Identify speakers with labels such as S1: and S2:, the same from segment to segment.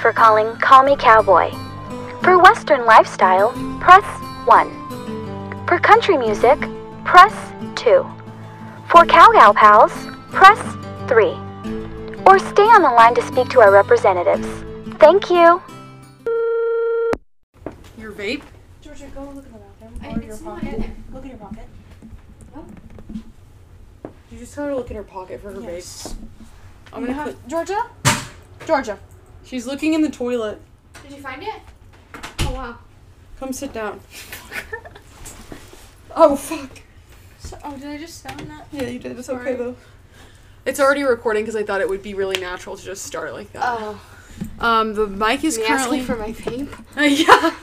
S1: for calling Call Me Cowboy. For Western lifestyle, press 1. For country music, press 2. For Cow Gal Pals, press 3. Or stay on the line to speak to our representatives. Thank you.
S2: Your vape?
S3: Georgia, go look in the bathroom.
S4: I-
S3: Or your
S4: it's not
S3: pocket.
S4: in there.
S3: Look in your pocket. Oh.
S2: Did you just tell her to look in her pocket for her
S3: Yes.
S2: vape? I'm gonna put-
S3: Georgia? Georgia.
S2: She's looking in the toilet.
S4: Did you find it? Oh wow.
S2: Come sit down. oh fuck.
S3: So, oh, did I just sound that?
S2: Yeah, you did. It's
S3: Sorry.
S2: okay though. It's already recording because I thought it would be really natural to just start like that.
S4: Oh,
S2: um, the mic is
S4: me
S2: currently
S4: asking for my vape.
S2: yeah.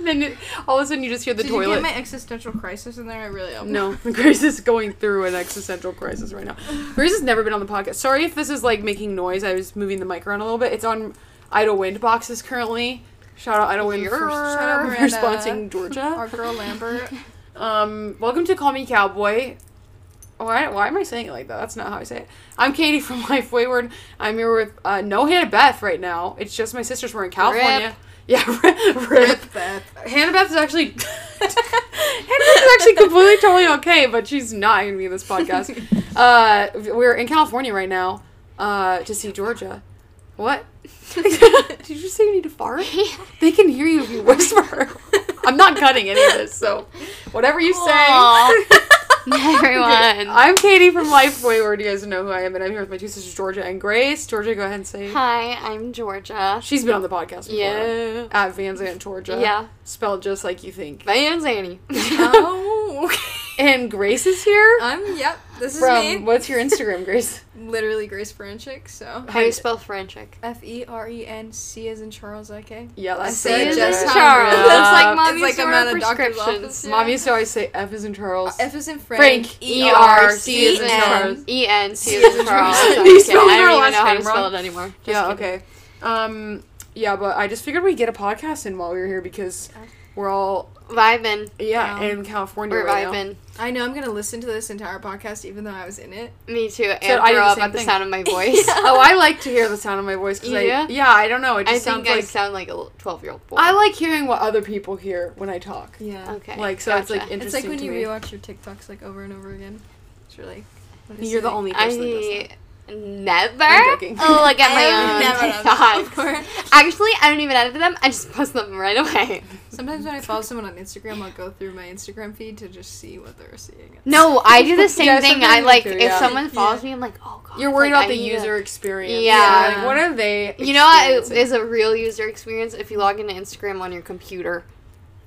S2: then it, all of a sudden you just hear the
S5: Did
S2: toilet.
S5: you get my existential crisis in there? I really am.
S2: no, Grace is going through an existential crisis right now. Grace has never been on the podcast. Sorry if this is like making noise. I was moving the mic around a little bit. It's on Idle Wind boxes currently. Shout out Idle Wind for,
S5: Shout out
S2: for
S5: Miranda.
S2: sponsoring Georgia.
S5: Our girl Lambert.
S2: Um, welcome to Call Me Cowboy. Why, why am I saying it like that? That's not how I say it. I'm Katie from Life Wayward. I'm here with uh, no Hannah Beth right now. It's just my sisters. We're in California. Yeah, rip. rip. Hannah Beth is actually Hannah Beth is actually completely totally okay, but she's not going to be in this podcast. Uh, we're in California right now uh, to see Georgia. What? Did you just say you need to fart? They can hear you if you whisper. I'm not cutting any of this, so whatever you say.
S4: Everyone.
S2: I'm Katie from Life Wayward. You guys know who I am, and I'm here with my two sisters, Georgia and Grace. Georgia, go ahead and say.
S4: Hi, I'm Georgia.
S2: She's been on the podcast before.
S4: Yeah.
S2: At Van Zant, Georgia.
S4: Yeah.
S2: Spelled just like you think.
S4: Van Zanny.
S5: oh.
S2: And Grace is here.
S3: Uh,
S5: I'm, yep, this is me.
S2: from what's your Instagram, Grace?
S5: Literally Grace Franchik, so.
S4: How do you spell Frenchic?
S5: F E R E N C as in Charles I K.
S2: Yeah, that's
S5: See,
S2: it.
S5: it's
S2: Just
S5: just
S2: Charles.
S5: hungry.
S4: That's like
S2: Uh,
S4: mommy's
S5: like I'm
S4: sort of
S5: at a doctor's office,
S4: prescriptions.
S5: yeah.
S2: Mom used to always say F is in Charles.
S5: F is in Frank.
S2: Frank. E R C is in
S5: E-R-C-N.
S2: Charles.
S4: E N C is in Charles.
S2: You
S4: I'm just kidding.
S2: spelled
S4: I
S2: her
S4: don't even
S2: last
S4: know how to
S2: name
S4: spell
S2: wrong.
S4: it anymore. Just
S2: yeah.
S4: kidding.
S2: Okay. Um. Yeah, but I just figured we'd get a podcast in while we were here because we're all
S4: Vibin.
S2: yeah
S5: Yeah.
S2: in California
S4: We're
S2: right now.
S4: vibin.
S5: I know I'm going to listen to this entire podcast even though I was in it.
S4: Me too. And
S2: I do
S4: grow
S2: the
S4: up
S2: same
S4: at the
S2: thing.
S4: sound of my voice.
S2: Oh, I like to hear the sound of my voice because
S4: Yeah?
S2: I yeah I don't know it
S4: I
S2: just
S4: think
S2: sounds
S4: I
S2: like
S4: sound like a twelve year old boy.
S2: I like hearing what other people hear when I talk.
S5: Yeah.
S4: Okay.
S2: Like so it's like
S4: gotcha.
S2: interesting
S5: It's like when
S2: to
S5: you
S2: me.
S5: rewatch your TikToks like over and over again. It's really. what is
S2: You're the
S5: it?
S2: only person that does that.
S4: I never
S2: I'm joking.
S4: look at
S5: I
S4: my
S5: have
S4: own
S5: never
S4: TikToks.
S5: done that before.
S4: Actually, I don't even edit them. I just post them right away.
S5: Sometimes when I follow someone on Instagram, I'll go through my Instagram feed to just see what they're seeing.
S4: No, I do the same
S2: Yeah,
S4: thing.
S2: sometimes
S4: I
S2: you
S4: like
S2: do,
S4: if
S2: yeah.
S4: someone follows me, I'm like, oh god.
S2: You're worried
S4: like,
S2: about
S4: I
S2: the
S4: need to-
S2: user experience.
S4: Yeah.
S2: Like, what are they?
S4: You know what
S2: experiencing?
S4: is a real user experience? If you log into Instagram on your computer,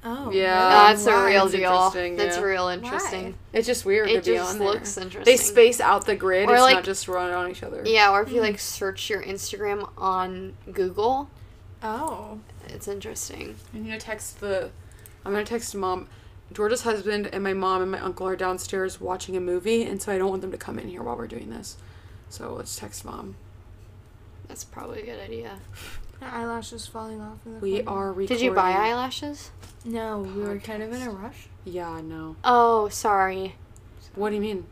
S4: Uh,
S5: Oh.
S2: Yeah.
S5: wow.
S4: that's a
S2: wow.
S4: real
S2: That's
S4: deal.
S2: interesting,
S4: That's
S2: yeah.
S4: real interesting.
S2: It's just weird to
S4: It
S2: be
S4: just
S2: on there.
S4: looks
S2: They
S4: interesting.
S2: space out the grid.
S4: Or,
S2: it's not
S4: like-
S2: just run on each other.
S4: Yeah, or if you like search your Instagram on Google,
S5: Oh.
S4: it's interesting.
S2: I'm gonna text the. I'm gonna text mom. Georgia's husband and my mom and my uncle are downstairs watching a movie, and so I don't want them to come in here while we're doing this. So let's text mom.
S4: That's probably a good idea.
S5: Her eyelash is falling off. In the
S2: We
S5: corner.
S2: are recording.
S4: Did you buy eyelashes?
S5: No, we were kind of in a rush.
S2: Yeah, no.
S4: Oh, sorry.
S2: What do you mean?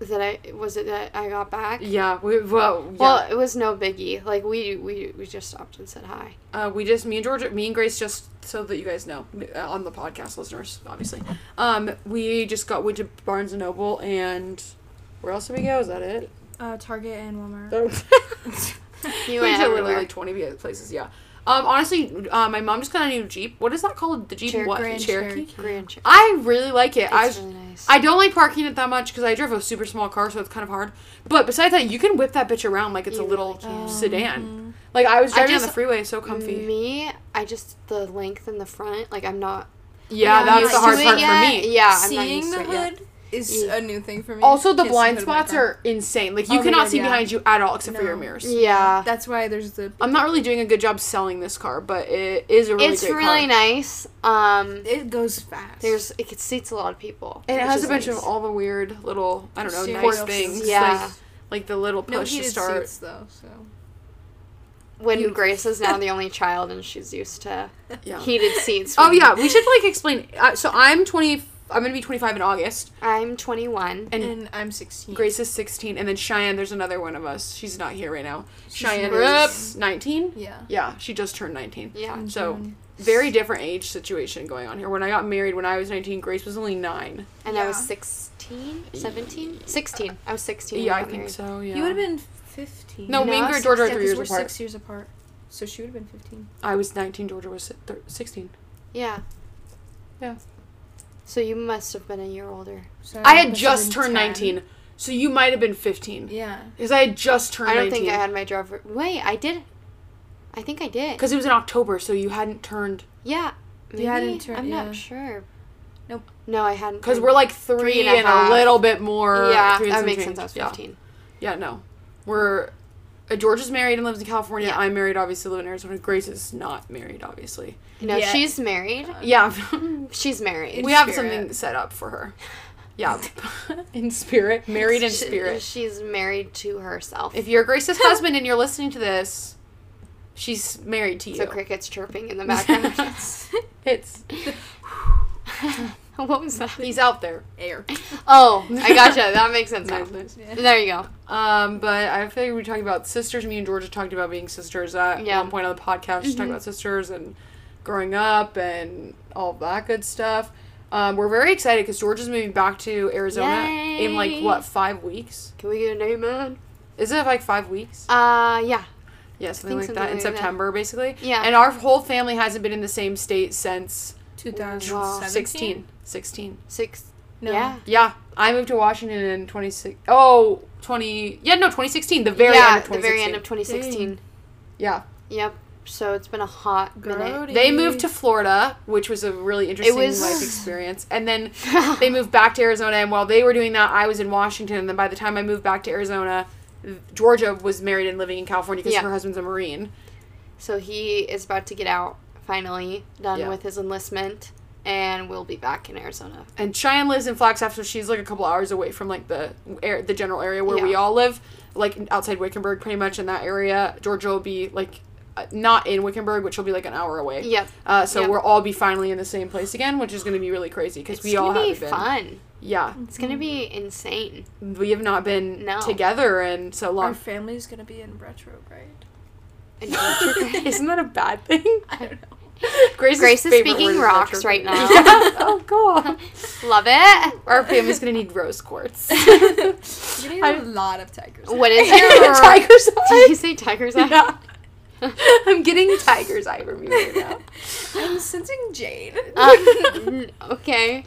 S4: That I was it that I got back.
S2: Yeah, we well, yeah.
S4: Well, it was no biggie. Like we we we just stopped and said hi.
S2: Uh, we just me and Georgia, me and Grace, just so that you guys know, uh, on the podcast listeners, obviously. Um, we just got went to Barnes and Noble, and where else did we go? Is that it?
S5: Uh, Target and Walmart.
S4: You
S2: we
S4: went
S2: went to literally
S4: everywhere.
S2: like twenty places. Yeah. Um, honestly, uh, my mom just got a new Jeep. What is that called? The Jeep
S4: Cher-
S2: what?
S5: Grand
S2: Cherokee.
S5: Cherokee.
S4: Grand Ch-
S2: I really like it. I
S4: It's really nice.
S2: I don't like parking it that much because I drive a super small car, so it's kind of hard. But besides that, you can whip that bitch around like it's
S4: You
S2: a little
S4: really can.
S2: sedan. Like I was
S4: I
S2: driving on
S4: just- Mm,
S2: the freeway, so comfy.
S4: Me, I just the length in the front. Like I'm not.
S2: yeah,
S5: Yeah,
S2: Uh, that's
S5: used
S2: the
S5: to
S2: hard
S4: it
S2: part
S4: yet.
S2: for me.
S4: Yeah, I'm not
S5: Seeing
S4: used
S5: the
S4: to it yet.
S5: hood is
S4: Yeah.
S5: a new thing for me.
S2: Also, the
S5: Can't see
S2: blind
S5: hood of my
S2: spots
S5: car.
S2: are insane. Like
S5: Oh
S2: you
S5: my
S2: cannot
S5: God,
S2: see
S5: yeah.
S2: behind you at all except for your
S5: No.
S2: mirrors.
S4: Yeah,
S5: That's why there's the.
S2: I'm not really doing a good job selling this car, but it is a really
S4: it's
S2: great
S4: really
S2: car.
S4: nice. Um,
S5: It goes fast.
S4: there's it could seats a lot of people.
S2: And it
S4: which
S2: has
S4: is
S2: a bunch of
S4: nice.
S2: all the weird little I don't know
S5: Steering
S2: nice
S5: wheel
S2: things.
S5: seats.
S4: Yeah.
S2: Like, like the little
S5: no
S2: push to
S5: heated
S2: start.
S5: seats though. So.
S4: when
S2: you-
S4: Grace is now the only child and she's used to
S2: Yeah.
S4: heated seats.
S2: Oh
S4: when-
S2: yeah, we should like explain. Uh, so I'm 20. I'm gonna be 25 in August,
S4: I'm 21.
S2: and,
S5: And I'm 16.
S2: Grace is 16, and then Cheyenne. There's another one of us. She's not here right now. Cheyenne
S4: Rip.
S2: is 19.
S5: Yeah.
S2: Yeah, she just turned 19.
S4: Yeah.
S2: So, very different age situation going on here. When I got married when I was 19, Grace was only 9.
S4: And I was
S5: Yeah.
S4: 16, 17? 16. I was 16. when
S2: Yeah,
S4: got
S2: I think
S4: married.
S2: so, yeah.
S5: You would have been 15.
S2: No, me and
S4: No,
S2: Gra- Georgia are
S5: Yeah,
S2: three
S5: 'cause
S2: years
S5: we're
S2: apart.
S5: six years apart. So she would have been 15.
S2: I was 19, Georgia was si- thir- 16.
S4: Yeah.
S2: Yeah.
S4: So you must have been a year older.
S5: So
S2: I
S5: would've
S2: had
S5: been
S2: just
S5: 10.
S2: turned 19, so you might have been 15.
S5: Yeah.
S2: Because I had just turned
S4: I don't
S2: 19.
S4: think I had my driver. Wait, I did. I think I did.
S2: Because it was in October, so you hadn't turned.
S4: Yeah. Maybe.
S5: You hadn't turned-
S4: I'm
S5: yeah.
S4: not sure.
S5: Nope.
S4: No, I hadn't.
S2: Because
S4: turned-
S2: we're like three,
S4: and a
S2: and, a,
S4: half.
S2: little bit more.
S4: Yeah,
S2: three and
S4: that
S2: some
S4: makes
S2: change.
S4: sense. I was
S2: Yeah.
S4: 15.
S2: Yeah, no. We're. Uh, George is married and lives in California. I'm married, obviously, live in Arizona. Grace is not married, obviously.
S4: No,
S5: Yeah.
S4: she's married.
S2: Yeah.
S4: She's married.
S2: we have
S5: spirit.
S2: something set up for her. Yeah. in spirit. Married in
S4: She-
S2: spirit.
S4: She's married to herself.
S2: If you're Grace's husband and you're listening to this, she's married to you.
S4: the crickets chirping in the background.
S2: It's
S4: what was that?
S2: he's out there.
S5: Air.
S4: Oh, I gotcha. That makes sense. now.
S2: Nice, nice.
S4: There you go.
S2: Um, but I figured we talking about sisters. Me and Georgia talked about being sisters at
S4: Yeah. Mm-hmm.
S2: one point on the podcast. She talked about sisters and growing up and all that good stuff. Um, we're very excited because Georgia's moving back to Arizona in like
S4: Yay.
S2: what five weeks?
S4: Can we get an amen?
S2: Is it like five weeks?
S4: Uh, yeah.
S2: yeah, something like
S4: think
S2: that.
S4: something
S2: In
S4: like that.
S2: September, basically.
S4: Yeah.
S2: And our whole family hasn't been in the same state since
S5: 2017.
S2: 16. 16.
S4: Six.
S5: No.
S4: Yeah.
S2: Yeah, I moved to Washington in 26. Oh, 20. Yeah, no, 2016. The very
S4: yeah,
S2: end of 2016.
S4: the very end of 2016.
S2: yeah.
S4: Yep. So it's been a hot minute.
S5: Grody.
S2: They moved to Florida, which was a really interesting
S4: was-
S2: life experience. And then they moved back to Arizona. And while they were doing that, I was in Washington. And then by the time I moved back to Arizona, Georgia was married and living in California because
S4: Yeah.
S2: her husband's a Marine.
S4: So he is about to get out, finally, done
S2: Yeah.
S4: with his enlistment, and we'll be back in Arizona.
S2: And Cheyenne lives in Flagstaff, so she's like a couple hours away from like the air, the general area where we
S4: Yeah.
S2: all live, like outside Wickenburg, pretty much in that area. Georgia will be like uh, not in Wickenburg, which will be like an hour away.
S4: Yep.
S2: Uh, so
S4: Yep.
S2: we'll all be finally in the same place again, which is going to be really crazy because
S4: It's
S2: we all
S4: gonna be
S2: have been. Mm.
S4: fun.
S2: Yeah.
S4: It's gonna be insane.
S2: we have not been
S4: No.
S2: together in so
S5: Our
S2: long.
S5: family's gonna be in retrograde.
S4: And retrograde.
S2: Isn't that a bad thing?
S5: I don't know.
S2: Grace's
S4: Grace is
S2: favorite
S4: speaking
S2: word
S4: rocks
S2: retrograde.
S4: right now.
S2: Yeah. Oh god.
S4: Love it.
S2: Our family's gonna need rose quartz.
S5: We're gonna need a lot of tigers.
S4: What is your
S2: tiger's
S4: Did you
S2: eye.
S4: say tiger's eye?
S2: Yeah. I'm getting tiger's eye from you right now.
S5: I'm sensing Jade.
S4: Uh, n- okay. Are we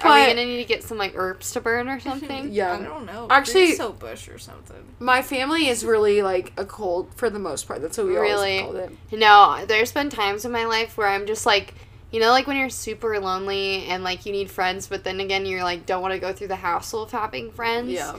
S2: But-
S4: gonna need to get some like herbs to burn or something?
S5: I
S2: Yeah.
S5: don't know.
S2: Actually-
S5: Bring soap bush or something.
S2: My family is really like a cold for the most part. That's what we always
S4: Really?
S2: called it.
S4: No, there's been times in my life where I'm just like, you know, like when you're super lonely and like you need friends, but then again you're like don't want to go through the hassle of having friends.
S2: Yeah.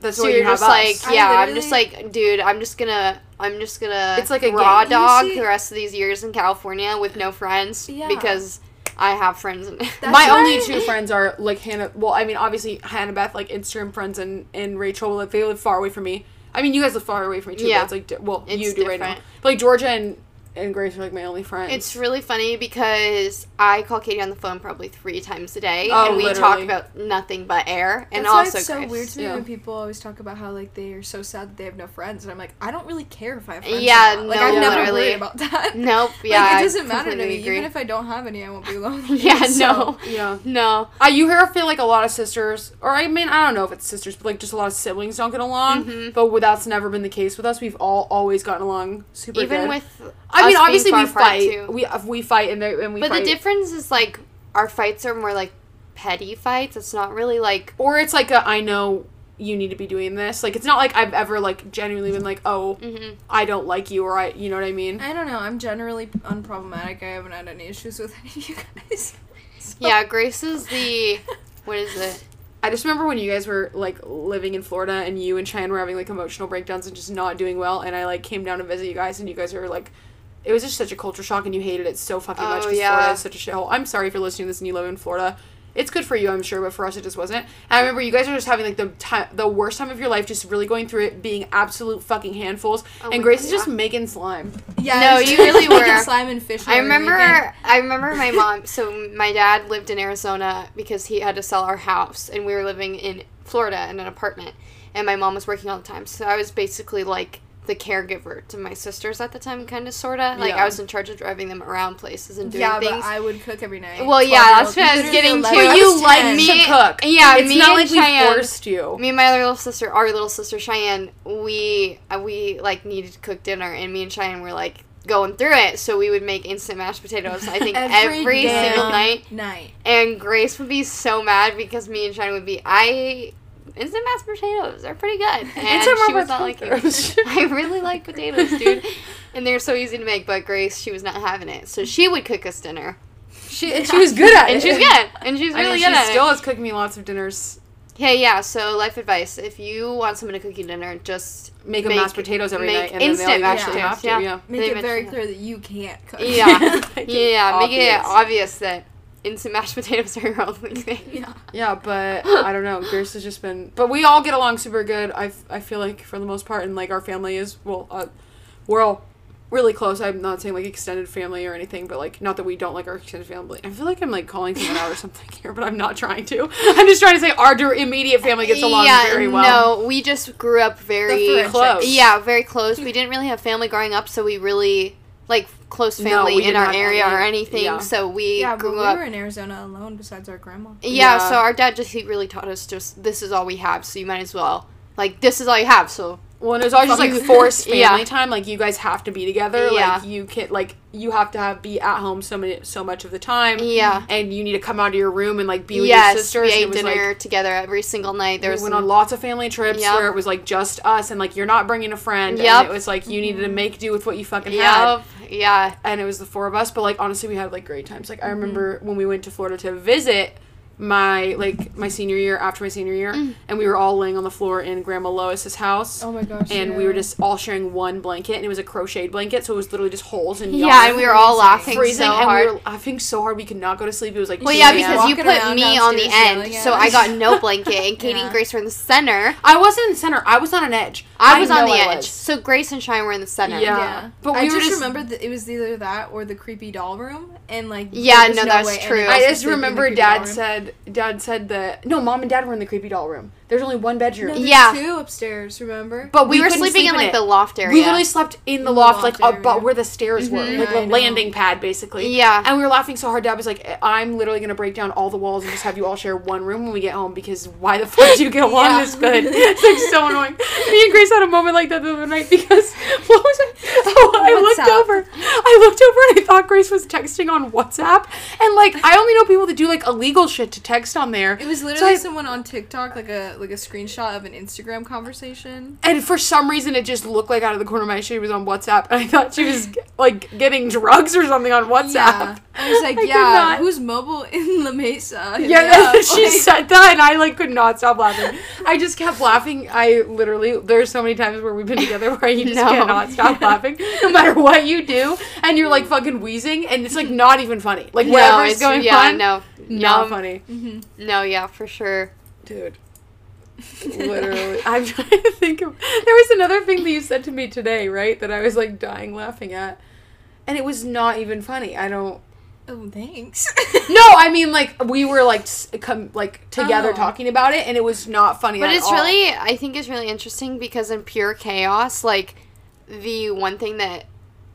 S2: That's
S4: So
S2: what you
S4: you're
S2: have
S4: just
S2: us.
S4: like, yeah,
S5: I
S4: I'm just like, dude, I'm just gonna, I'm just gonna.
S2: It's like a
S4: raw
S2: game.
S5: You
S4: dog
S5: see-
S4: the rest of these years in California with no friends
S5: Yeah.
S4: because I have friends. In-
S2: my
S5: That's
S2: only
S5: right.
S2: two friends are like Hannah. Well, I mean, obviously Hannah Beth, like Instagram friends, and and Rachel. Like, they live far away from me. I mean, you guys live far away from me too.
S4: Yeah.
S2: but it's like di- well,
S4: It's
S2: you do right now.
S4: different.
S2: But, like Georgia and and Grace are like my only friends.
S4: It's really funny because I call Katie on the phone probably three times a day,
S2: Oh,
S4: and we talk
S2: literally.
S4: about nothing but air, and
S5: That's why
S4: also
S5: it's so
S4: Chris.
S5: weird to me
S2: yeah.
S5: when people always talk about how like they are so sad that they have no friends, and I'm like, I don't really care if I have friends. or
S4: Yeah,
S5: not. like
S4: no,
S5: I've never
S4: literally.
S5: worried about that.
S4: Nope. Yeah.
S5: like,
S4: I
S5: it doesn't matter to me.
S4: completely
S5: Even
S4: agree.
S5: if I don't have any, I won't be lonely.
S4: yeah.
S5: so-
S4: No.
S2: yeah.
S4: No.
S2: I you hear I feel like a lot of sisters, or I mean I don't know if it's sisters, but like just a lot of siblings don't get along.
S4: Mm-hmm.
S2: But with- that's never been the case with us. We've all always gotten along super.
S4: Even
S2: good.
S4: with.
S2: I mean
S4: us being
S2: obviously
S4: far
S2: we
S4: apart,
S2: fight.
S4: too.
S2: We uh, we fight and, they- and we
S4: but
S2: fight.
S4: the difference is like our fights are more like petty fights. It's not really like
S2: or it's like a, I know you need to be doing this. Like it's not like I've ever like genuinely been like oh
S4: Mm-hmm.
S2: I don't like you or I you know what I mean.
S5: I don't know. I'm generally unproblematic. I haven't had any issues with any of you guys. So-
S4: yeah. Grace is the what is it?
S2: I just remember when you guys were like living in Florida and you and Cheyenne were having like emotional breakdowns and just not doing well and I like came down to visit you guys and you guys were like it was just such a culture shock and you hated it so fucking much
S4: Oh,
S2: because
S4: yeah.
S2: Florida is such a shithole. I'm sorry if you're listening to this and you live in Florida. It's good for you, I'm sure, but for us, it just wasn't. And I remember you guys were just having like the time, the worst time of your life, just really going through it, being absolute fucking handfuls.
S4: Oh
S2: and
S4: my
S2: Grace is
S4: God.
S2: just making slime.
S5: Yeah.
S4: No,
S5: it's
S4: you
S5: just
S4: really
S5: fucking
S4: were.
S5: Slime and fish.
S4: I
S5: on everything.
S4: remember I remember my mom so my dad lived in Arizona because he had to sell our house and we were living in Florida in an apartment and my mom was working all the time. So I was basically like the caregiver to my sisters at the time kind of sorta. Like
S2: Yeah.
S4: I was in charge of driving them around places and doing
S5: Yeah,
S4: things.
S5: but I would cook every night.
S4: well, yeah, that's
S5: 12-year-old.
S4: what I was
S5: Literally
S4: getting
S5: 11.
S4: to.
S2: But
S5: I
S2: you
S5: was
S2: like
S5: 10.
S2: me- to cook.
S4: Yeah,
S2: it's
S4: me
S2: not
S4: and
S2: like
S4: Cheyenne-
S2: we forced you.
S4: me and my other little sister, our little sister Cheyenne, we uh, we like needed to cook dinner, and me and Cheyenne were like going through it. So we would make instant mashed potatoes. I think every,
S5: damn
S4: single night.
S5: Night.
S4: And Grace would be so mad because me and Cheyenne would be I instant mashed potatoes are pretty good, and
S2: a
S4: she was
S2: Robert's
S4: not like
S2: Ruthers.
S4: I really like potatoes, dude, and they're so easy to make. But Grace, she was not having it, so she would cook us dinner,
S2: She and she was good at
S4: and
S2: it.
S4: she's good, and she's
S2: I mean,
S4: really
S2: she
S4: good at it.
S2: still has cooked me lots of dinners.
S4: Yeah, yeah. So life advice: if you want someone to cook you dinner, just
S2: Make, them
S4: Make-
S2: mashed potatoes every night,
S4: make
S2: and then they'll
S4: instant
S2: eventually
S4: mashed
S2: have to.
S4: potatoes,
S2: Yeah.
S5: Make
S4: They
S5: it very
S4: mentioned
S5: clear that you can't cook.
S4: yeah,
S2: Like,
S4: yeah. Make it
S2: obvious.
S4: obvious that instant mashed potatoes are your only thing.
S5: Yeah.
S2: Yeah, but I don't know. Grace has just been, but we all get along super good. I, f- I feel like for the most part, and like our family is well, uh, we're all really close. I'm not saying like extended family or anything, but like not that we don't like our extended family. I feel like I'm like calling someone out or something here, but I'm not trying to. I'm just trying to say our dir- immediate family gets along very well.
S4: No, we just grew up very
S5: friendships.
S2: Close.
S4: Yeah, very close. We didn't really have family growing up, so we really like close
S2: No,
S4: family
S2: we
S4: in
S2: didn't
S4: our
S2: have
S4: area or
S2: any-
S4: anything.
S2: yeah.
S4: So we
S5: Yeah, but
S4: grew
S5: we
S4: up.
S5: were in Arizona alone besides our grandma.
S4: yeah,
S2: Yeah.
S4: so our dad just he really taught us just this is all we have, so you might as well like this is all you have. So
S2: Well, and it was always just like
S4: Fuck.
S2: forced family
S4: Yeah.
S2: time. Like you guys have to be together.
S4: Yeah.
S2: Like you can like you have to have be at home so many so much of the time.
S4: yeah.
S2: And you need to come out of your room and like be with
S4: yes,
S2: your sisters.
S4: we
S2: and
S4: ate
S2: it was, like,
S4: dinner together every single night. There
S2: we
S4: was
S2: went
S4: some-
S2: on lots of family trips
S4: Yep.
S2: where it was like just us and like you're not bringing a friend
S4: Yep. Mm-hmm.
S2: and it was like you needed to make do with what you fucking had
S4: Yep. Yeah.
S2: and it was the four of us but like honestly we had like great times like i
S4: Mm-hmm.
S2: remember when we went to florida to visit my like my senior year after my senior year
S4: Mm.
S2: and we were all laying on the floor in grandma lois's house
S3: Oh my gosh.
S2: and we were just all sharing one blanket and it was a crocheted blanket so it was literally just holes and
S4: Yeah,
S2: yarn.
S4: and we were all laughing
S2: freezing
S4: so
S2: and
S4: hard.
S2: we were laughing so hard we could not go to sleep it was like
S4: well,
S2: 2
S4: yeah,
S2: a.m.
S4: because you
S5: Walking
S4: put
S5: around
S4: me on the
S5: downstairs
S4: end,
S5: yelling at
S4: so
S5: us.
S4: I got no blanket, and Katie and
S5: Yeah.
S4: Grace were in the center.
S2: i wasn't in the center i was not an edge
S4: I was on
S2: know
S4: the
S2: I
S4: edge,
S2: was.
S4: so Grace and Shine were in the center.
S2: Yeah.
S5: But
S2: But we
S5: I
S2: were
S5: just,
S2: just-
S5: remember that it was either that or the creepy doll room, and like there
S4: Yeah,
S5: was
S4: no, that's
S5: way any
S4: true.
S5: of us
S2: I
S5: could
S2: just
S5: sleep in the
S2: remember
S5: creepy doll
S2: dad
S5: room.
S2: said dad said that no mom and dad were in the creepy doll room. There's only one
S5: No,
S2: bedroom.
S5: there's
S4: Yeah.
S5: two upstairs. Remember?
S2: But
S4: we, were
S2: couldn't
S4: sleeping
S2: sleep
S4: in like
S2: it.
S4: the loft area.
S2: We literally slept in
S5: the
S2: the
S5: loft
S2: loft, like up
S5: area.
S2: about where the stairs were,
S4: Mhm.
S2: like
S5: Yeah, I
S2: the
S5: know.
S2: landing pad, basically.
S4: Yeah.
S2: And we were laughing so hard, Dad was like, "I'm literally gonna break down all the walls and just have you all share one room when we get home because why the fuck do you get along
S5: Yeah.
S2: this good? It's like so annoying." Me and Grace had a moment like that the other night because what was it? Oh, I
S5: What's
S2: looked
S5: up?
S2: over, I looked over and I thought Grace was texting on WhatsApp, and like I only know people that do like illegal shit to text on there.
S5: It was
S2: So
S5: literally
S2: I-
S5: someone on TikTok, like a like a screenshot of an Instagram conversation.
S2: And for some reason, it just looked like out of the corner of my eye she was on WhatsApp, and I thought she was like getting drugs or something on WhatsApp.
S5: Yeah, I was like,
S2: I could
S5: yeah,
S2: not-
S5: who's mobile in La Mesa? Hit
S2: Yeah,
S5: me up.
S2: she
S5: Like,
S2: said that, and I like could not stop laughing. I just kept laughing. I literally there's so many times where we've been together where you just
S4: No.
S2: cannot stop laughing, no matter what you do, and you're like fucking wheezing, and it's like not even funny. Like
S4: no,
S2: whatever is
S4: it's-
S2: going
S4: yeah,
S2: on,
S4: no,
S2: not
S4: no,
S2: funny,
S4: no, yeah, for sure.
S2: dude. Literally, I'm trying to think of. There was another thing that you said to me today, right? That I was like dying laughing at, and it was not even funny. I don't.
S5: oh, thanks.
S2: No, I mean like we were like s- come like together
S5: Oh.
S2: talking about it, and it was not funny.
S4: But
S2: at
S4: it's
S2: all.
S4: really, I think it's really interesting because in pure chaos, like the one thing that,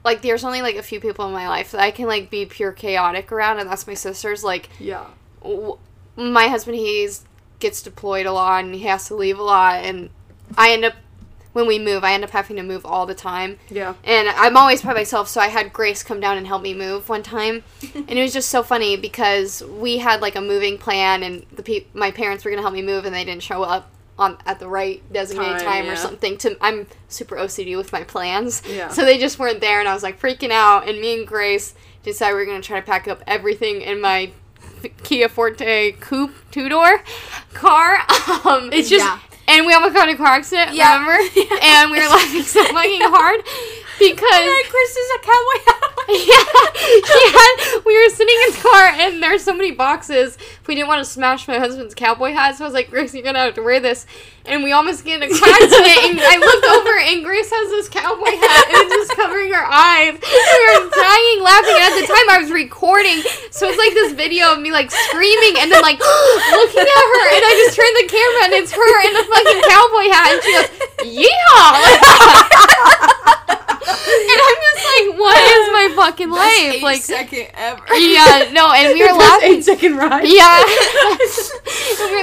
S4: like, there's only like a few people in my life that I can like be pure chaotic around, and that's my sisters. Like,
S2: yeah.
S4: w- my husband he's gets deployed a lot and he has to leave a lot, and I end up when we move, I end up having to move all the time.
S2: Yeah.
S4: And I'm always by myself, so I had Grace come down and help me move one time, and it was just so funny because we had like a moving plan, and the pe- my parents were gonna help me move, and they didn't show up on at the right designated
S2: Time,
S4: time,
S2: yeah.
S4: or something. To I'm super OCD with my plans,
S2: Yeah.
S4: so they just weren't there, and I was like freaking out. And me and Grace decided we were gonna try to pack up everything in my Kia Forte coupe two door car. Um,
S2: It's just-
S5: Yeah.
S4: and we almost got in a car accident.
S5: Yeah.
S4: Remember?
S5: Yeah.
S2: Oh
S4: And we were laughing so fucking hard because
S5: Chris is a cowboy.
S4: yeah, yeah. We were sitting in the car, and there's so many boxes. We didn't want to smash my husband's cowboy hat, so I was like, "Grace, you're gonna have to wear this." And we almost get in a car accident. And I looked over, and Grace has this cowboy hat, and it's just covering her eyes. We were dying laughing. And at the time, I was recording, so it's like this video of me like screaming, and then like looking at her, and I just turned the camera, and it's her in a fucking cowboy hat, and she goes, "Yeehaw!" and I'm just like, "What is my fucking life?"
S5: Eight
S4: like,
S5: second ever.
S4: yeah, no, and we were laughing.
S2: Eight second ride.
S4: Yeah, we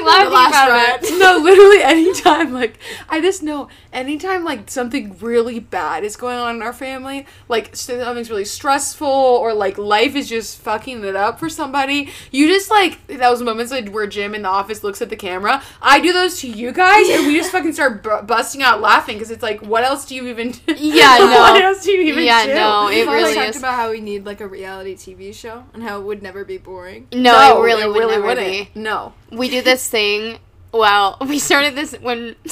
S4: were laughing about it.
S2: No, literally anytime. Like, I just know anytime like something really bad is going on in our family, like something's really stressful or like life is just fucking it up for somebody. You just like those moments like, where Jim in the office looks at the camera. I do those to you guys, and we just fucking start bu- busting out laughing because it's like, what else do you even? do?
S4: Yeah, no.
S2: what else do you even?
S4: Yeah,
S2: do?
S4: no, it
S5: We've always
S4: really
S5: talked
S4: is.
S5: about how we need like a reality TV show and how it would never be boring.
S4: No, it really would never
S2: wouldn't. No.
S4: be. We do this thing. Well, we started this when.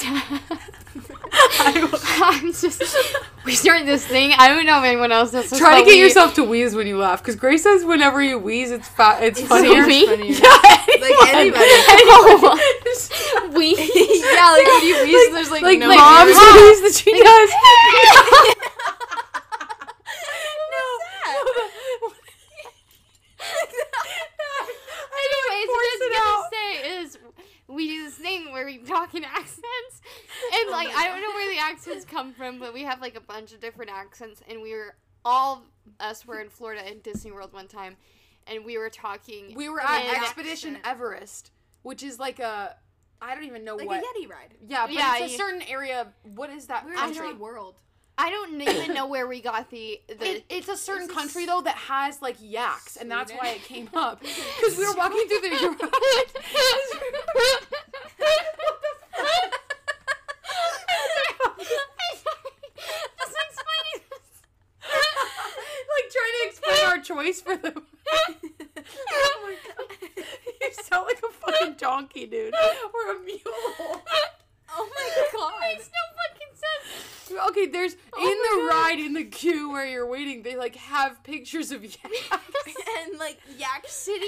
S4: I'm just. We started this thing. I don't know if anyone else does. this,
S2: Try to
S4: but
S2: get
S4: we-
S2: yourself to wheeze when you laugh, because Grace says whenever you wheeze, it's fa- it's funnier.
S4: me?
S5: Funnier.
S2: like
S5: Like anybody.
S4: Oh. we.
S5: yeah, like when you wheeze, there's like,
S2: like
S5: no
S2: mom's
S4: mom.
S2: wheeze that she does.
S4: Anyways, what I was gonna say is we do this thing where we talk in accents, and
S2: Oh
S4: like I don't know where the accents come from, but we have like a bunch of different accents, and we were all us were in Florida in Disney World one time, and we were talking.
S2: We were at
S4: in an
S2: Expedition
S4: accent.
S2: Everest, which is like a I don't even know
S5: Like
S2: what.
S5: a Yeti ride.
S2: Yeah, but
S4: Yeah,
S2: it's a
S4: you-
S2: certain area. of- What is that
S5: We're in
S2: country?
S5: the world.
S4: I don't even know where we got the the.
S2: It, it's a certain
S5: Is it
S2: country though that has like yaks, and that's
S5: Sweden?
S2: why it came up because we were walking through the. like trying to explain our choice for the.
S5: Oh
S2: You sound like a fucking donkey, dude, or a mule.
S5: Oh my god.
S2: Okay, there's
S4: Oh
S2: in the ride in the queue where you're waiting. They like have pictures of yaks.
S5: and like Yak City.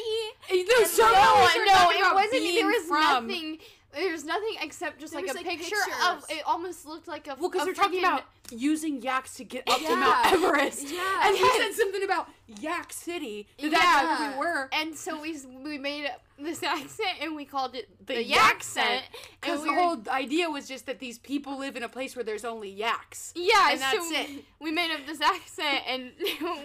S2: And there's some of
S4: No,
S2: them are
S4: Oh, no,
S2: talking
S4: it
S2: about
S4: wasn't.
S2: being
S4: There was
S2: from.
S4: nothing. There was nothing except just
S5: There
S4: like
S5: was,
S4: a
S5: like,
S4: picture of.
S5: pictures.
S4: It almost looked like a.
S2: Well, because
S4: a
S2: they're talking
S4: freaking-
S2: about using yaks to get up to
S5: Yeah.
S2: Mount Everest.
S5: Yeah.
S2: And he said something about Yak City. That that's where
S4: Yeah.
S2: we were.
S4: And so we s- we made this accent and we called it the,
S2: The
S4: yak
S2: Yaccent,
S4: accent.
S2: Because the whole idea was just that these people live in a place where there's only yaks.
S4: Yeah,
S2: And
S4: so
S2: that's it.
S4: we made up this accent, and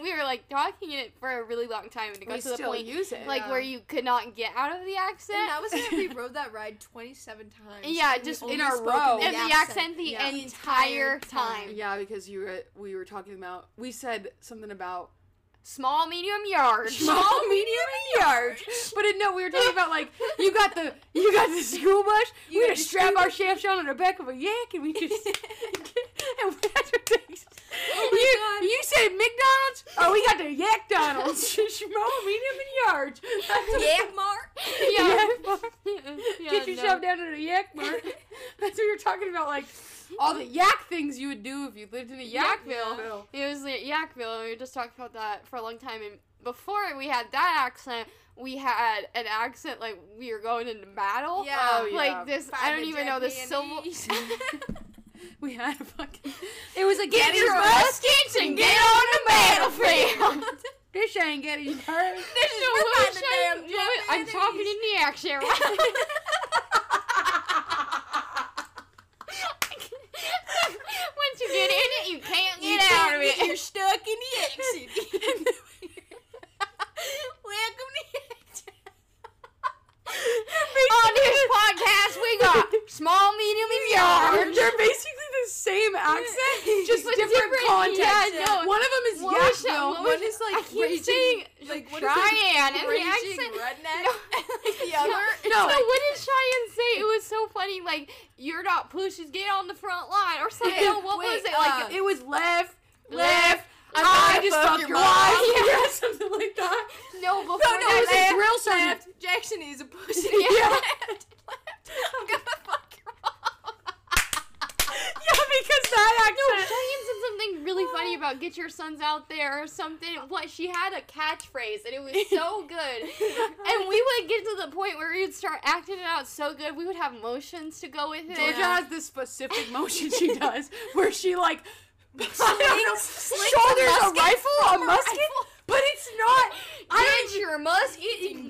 S4: we were like talking in it for a really long time, and it got
S2: We
S4: to the
S2: still
S4: point
S2: use it.
S4: like
S5: Yeah.
S4: where you could not get out of the accent.
S5: And that was it. We rode that ride 27 times.
S4: Yeah,
S5: and we
S4: just
S5: only
S2: in our
S5: spoke
S2: row.
S4: and the accent the
S5: Yeah.
S4: entire time.
S2: Yeah, because you were we were talking about we said something about
S4: Small, medium, large.
S2: small, medium, and large. But it, no, we were talking about like you got the you got the school bus.
S5: You
S2: we
S5: got
S2: just
S5: the
S2: strap
S5: school
S2: our shafts on to the back of a yak, and we just and we had to take. you, you said McDonald's? Oh, we got the yak Donald's. small, medium, and large.
S5: Yak Mark.
S4: yeah.
S2: Yak bar.
S4: Yeah,
S2: Get
S4: no.
S2: yourself down to the yak bar. That's what you're talking about, like all the yak things you would do if you lived in a yakville.
S4: It was like Yakville, and we were just talking about that for a long time. And before we had that accent, we had an accent like we were going into battle.
S5: Yeah.
S2: Oh, yeah.
S4: Like this, I don't even know the
S5: syllable.
S4: syllable.
S2: We had a fucking. It was a
S4: Get your
S2: Gettysburg.
S4: muskets and get on the battlefield.
S2: This ain't Gettysburg.
S4: This is
S5: We're
S4: what
S5: fighting the
S4: we should-
S5: damn
S4: what we- I'm
S5: Japanese.
S4: talking in the action. Once you get in it, you can't get out of it.
S5: You're stuck in the Yak City. Welcome to Yak City.
S4: On this podcast, we got small, medium, and large.
S2: They're basically the same accent, just
S4: But
S2: different,
S4: different-
S2: context.
S4: yeah, no.
S2: One of them is
S4: What was that-
S2: Yakville.
S4: what
S2: One
S4: was-
S2: is like
S4: I keep
S2: raging-
S4: saying,
S2: like what is it?
S4: Cheyenne, and the
S5: Raging
S4: accent.
S5: redneck. the
S4: No,
S5: other.
S4: no. So what did Cheyenne say? It was so funny. Like you're not pushes, get on the front line or something.
S5: Yeah,
S4: what
S5: wait,
S4: was it?
S5: uh,
S4: Like
S2: It was left,
S4: Left,
S2: left. I,
S5: I
S2: just
S5: fuck
S2: fucked
S5: your
S2: your
S5: mom.
S2: wife. Yeah, something like that.
S4: no, before
S5: no,
S2: It was
S4: that.
S2: a drill sergeant.
S5: Left. Jackson is a pussy.
S4: Yeah.
S5: I'm gonna fuck your mom.
S2: Yeah, because that
S4: No,
S2: accent.
S4: Cheyenne said something really funny about get your sons out there or something. What she had a catchphrase and it was so good. and we would get to the point where we would start acting it out so good. We would have motions to go with it.
S2: Georgia has this specific motion she does where she like I don't know,
S4: slings a
S2: shoulders a,
S4: musket
S2: rifle,
S4: from
S2: a
S4: her
S2: musket,
S4: rifle.
S2: but it's not. I
S4: Get your musket.
S2: don't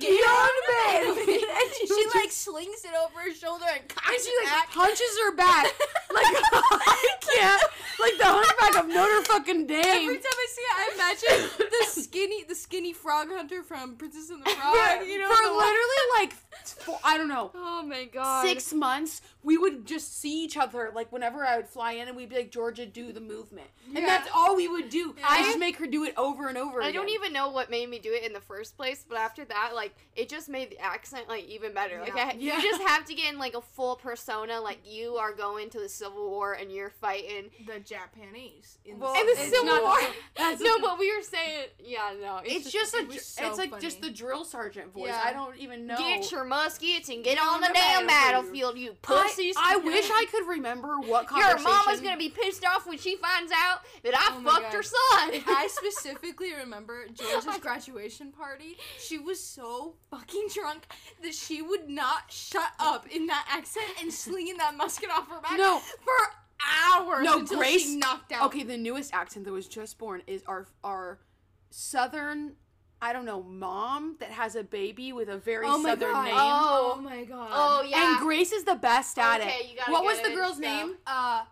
S2: beyond me. And she,
S3: She like slings it over her shoulder and
S2: and
S3: cocks
S2: she
S3: it
S2: like
S3: back.
S2: punches her back like I can't like the hunchback of Notre fucking
S3: Every
S2: Dame.
S3: time I see it, I imagine the skinny, the skinny frog hunter from Princess and the Frog. you know,
S2: for
S3: the one-
S2: literally like four, I don't know
S4: Oh my god.
S2: six months, we would just see each other. Like whenever I would fly in, and we'd be like, "Georgia, do the movement," and that's all we would do. I just make her do it over and over.
S4: I don't
S2: again.
S4: even know what made me do it in the first place, but after that, like it just made the accent like even better. Like I,
S2: Yeah.
S4: you just have to get in like a full persona, like you are going to the Civil War and you're fighting.
S3: the Japanese. In
S2: Well,
S4: And the
S2: It's
S4: Civil
S2: not-
S4: War.
S2: that's-
S4: no, but we were saying, yeah, no,
S2: It's just
S3: it
S2: a.
S3: was
S2: dr-
S3: so
S2: it's like
S3: funny.
S2: just the drill sergeant voice.
S3: Yeah.
S2: I don't even know.
S4: Get your muskets and get on
S2: on
S4: the,
S2: the
S4: damn
S2: battlefield,
S4: battlefield, you
S2: I,
S4: pussies.
S2: I wish I could remember what
S4: Your
S2: conversation.
S4: mama's gonna be pissed off when she finds out that I
S3: Oh my
S4: fucked
S3: God.
S4: her son.
S3: I specifically remember George's graduation party. She was so fucking drunk that she would not shut up in that accent and slinging that musket off her back
S2: No.
S3: for hours
S2: no
S3: until
S2: Grace
S3: she knocked out.
S2: Okay, the newest accent that was just born is our our southern. I don't know, mom that has a baby with a very
S3: Oh my
S2: southern
S3: God.
S2: name.
S4: Oh.
S3: Oh my god.
S4: oh yeah.
S2: And Grace is the best at
S4: Okay,
S2: it.
S4: you gotta
S2: what
S4: get
S2: was
S4: it
S2: the
S4: in
S2: girl's
S4: stuff.
S2: name? Uh,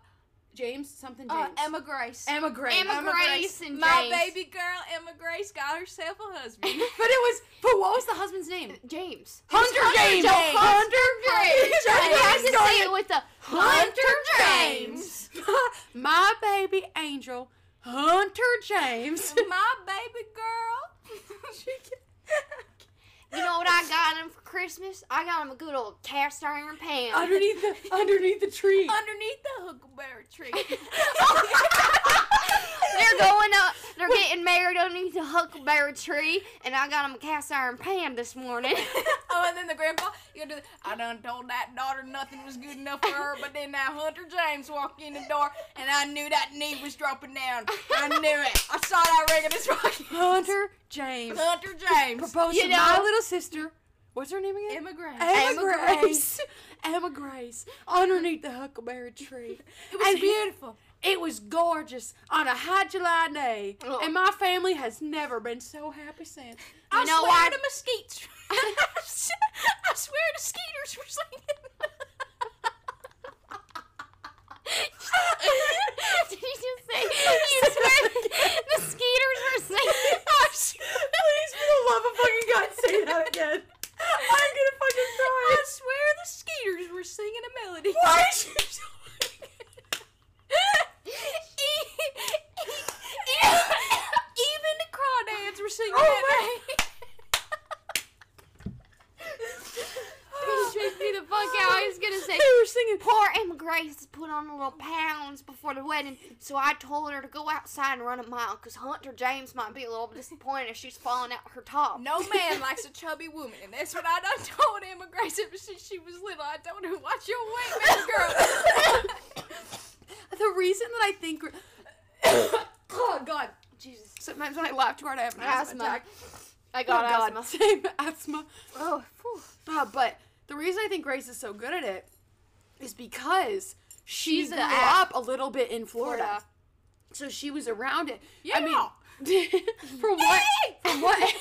S2: James something.
S3: Uh,
S2: James.
S3: Emma Grace.
S2: Emma Grace.
S4: Emma Grace and
S3: My
S4: James.
S3: baby girl, Emma Grace, got herself a husband.
S2: But it was. But what was the husband's name?
S4: James.
S2: Hunter James.
S4: James.
S2: Hunter
S4: James.
S2: James.
S4: You have to say it with the Hunter James.
S2: My baby angel, Hunter James.
S3: My baby girl. she
S4: You know what I got him for Christmas? I got him a good old cast iron pan.
S2: underneath the underneath the tree.
S3: underneath the huckleberry tree.
S4: They're going up. They're getting married underneath the huckleberry tree, and I got him a cast iron pan this morning.
S3: oh, and then the grandpa, you do. I done told that daughter nothing was good enough for her, but then that Hunter James walked in the door, and I knew that knee was dropping down. I knew it. I saw that ring in his pocket.
S2: Hunter James.
S3: Hunter James.
S2: Proposed
S4: You
S2: to my
S4: know-
S2: little sister. What's her name again?
S3: Emma Grace.
S2: Emma,
S4: Emma
S2: Grace. Emma Grace. Underneath the huckleberry tree. It was
S3: beautiful.
S2: It was gorgeous on a hot July day,
S4: Oh.
S2: and my family has never been so happy since.
S4: You know why?
S3: to mesquite. I swear to skeeters were singing.
S4: Did you just say you swear the skeeters were singing?
S2: Oh, Please, for the love of fucking God, say that again. I'm gonna fucking cry.
S3: I swear the skeeters were singing a melody. E-,
S2: Why is she so?
S3: Even the crawdads were singing
S2: Oh
S3: that night.
S4: You tricked me the fuck out. I was gonna say.
S2: They were singing.
S4: Poor Emma Grace has put on a little pounds before the wedding, so I told her to go outside and run a mile because Hunter James might be a little disappointed if she's falling out her top.
S3: No man likes a chubby woman, and that's what I done told Emma Grace ever since she was little. I told her, watch your weight, man, girl.
S2: The reason that I think. oh God.
S4: Jesus.
S2: Sometimes when I laugh too hard, I have an asthma.
S4: Asthma.
S2: attack.
S4: I got
S2: Oh God.
S4: asthma.
S2: Same asthma.
S4: Oh, phew.
S2: Uh, but the reason I think Grace is so good at it is because she
S4: She's
S2: grew
S4: a-
S2: up a little bit in Florida.
S4: Florida.
S2: So she was around it. I
S3: Yeah.
S2: mean, from what? From what?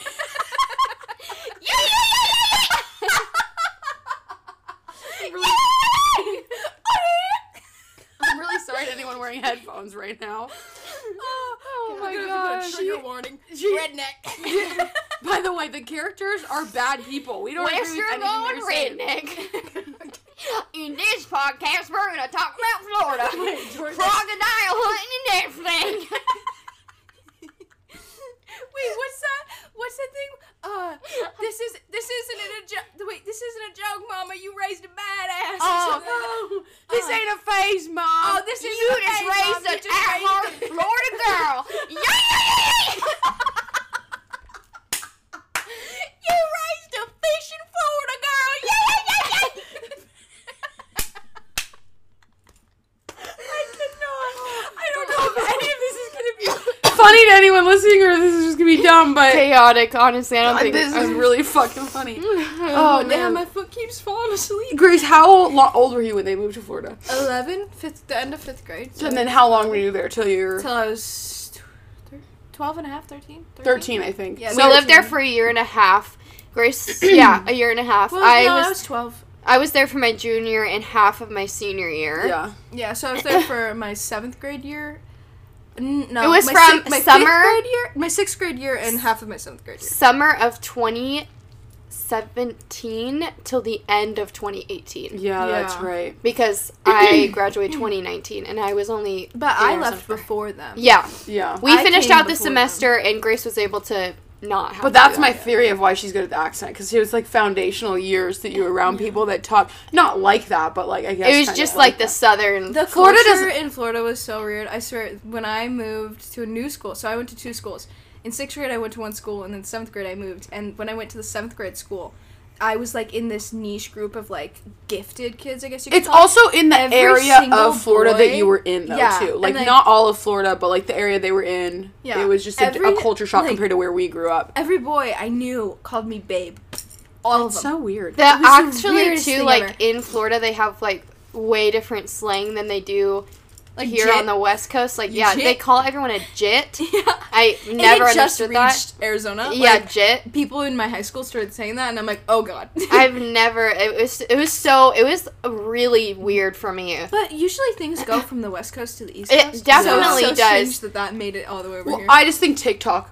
S2: I'm really, I'm really sorry to anyone wearing headphones right now. Oh, my god.
S3: Trigger
S2: She-
S3: warning.
S2: she-
S3: Redneck.
S2: by the way, the characters are bad people. We don't
S4: West
S2: agree with
S4: you're
S2: anything
S4: going
S2: they're saying.
S4: redneck. In this podcast, we're going to talk about Florida.
S2: Wait, Jordan.
S4: Crocodile hunting and everything.
S3: Wait, what's that? What's that thing? Uh, this is this isn't a joke. Wait, this isn't a joke, Mama. You raised a badass.
S2: Oh, this ain't a phase, mom.
S3: Oh, this is
S4: You just raised an at-heart Florida girl. Yeah, yeah, yeah, yeah.
S3: You raised a fish in Florida, girl. Yeah, yeah, yeah,
S2: I cannot. I don't know if any of this is going interesting or this is just gonna be dumb, but
S4: Chaotic, honestly. I don't think
S2: this is really fucking funny.
S4: oh,
S2: Oh, damn,
S3: Damn,
S2: my
S3: my foot keeps falling asleep.
S2: Grace, how lo- old were you when they moved to Florida?
S3: 11, fifth, the end of fifth grade. So
S2: And then how long were you there till you're
S3: until I was tw- thir- 12 and a half, 13?
S2: 13, I think.
S3: Yeah,
S4: We
S3: So-
S4: lived there for a year and a half. Grace, yeah, a year and a half.
S3: Well,
S4: I
S3: no,
S4: was
S3: I was 12.
S4: I was there for my junior and half of my senior year.
S2: Yeah.
S3: Yeah, so I was there for my seventh grade year. N- No,
S4: It was
S3: my
S4: from
S3: sixth- my fifth
S4: summer-
S3: grade year, my sixth grade year, and half of my seventh grade year.
S4: Summer of 2017 till the end of 2018
S2: Yeah, that's
S3: Yeah.
S2: right.
S4: because I graduated 2019 and I was only
S3: But
S4: in
S3: I
S4: Arizona
S3: left
S4: for-
S3: before them.
S4: Yeah,
S2: Yeah.
S4: we
S3: I
S4: finished
S3: came
S4: out the
S3: before them.
S4: semester and Grace was able to not have.
S2: But
S4: to do
S2: that's
S4: that.
S2: my theory of why she's good at the accent, because it was like foundational years that you were around people that talk not like that, but like I guess
S4: It was
S2: kinda
S4: just like the
S2: that.
S4: southern.
S3: The
S2: Florida
S3: culture
S2: doesn't-
S3: in Florida was so weird. I swear, when I moved to a new school, so I went to two schools. In sixth grade, I went to one school, and then seventh grade, I moved. And when I went to the seventh grade school, I was like in this niche group of like gifted kids, I guess you could
S2: It's
S3: call
S2: also in the
S3: every
S2: area
S3: single
S2: of Florida that
S3: boy-
S2: you were in though
S3: Yeah,
S2: too.
S3: and,
S2: Like,
S3: like-
S2: not all of Florida, but like the area they were in.
S3: Yeah.
S2: It was just a,
S3: Every-
S2: a culture shock
S3: like-
S2: compared to where we grew up.
S3: Every boy I knew called me babe. All of them.
S2: So weird.
S4: That
S3: was the
S4: actually
S3: weirdest
S4: too,
S3: thing
S4: like
S3: ever.
S4: in Florida, they have like way different slang than they do
S3: like
S4: here
S3: jit.
S4: on the West Coast. Like, yeah,
S3: Jit.
S4: they call everyone a jit.
S3: yeah.
S4: I
S3: And
S4: never
S3: it just
S4: understood that.
S3: reached Arizona.
S4: Yeah,
S3: Like,
S4: jit.
S3: people in my high school started saying that, and I'm like, oh god.
S4: I've never. It was. It was so. It was really weird for me.
S3: But usually things go from the west coast to the east
S4: It
S3: coast. so
S4: definitely
S3: it's so
S4: does.
S3: strange that that made it all the way over
S2: Well,
S3: here.
S2: I just think TikTok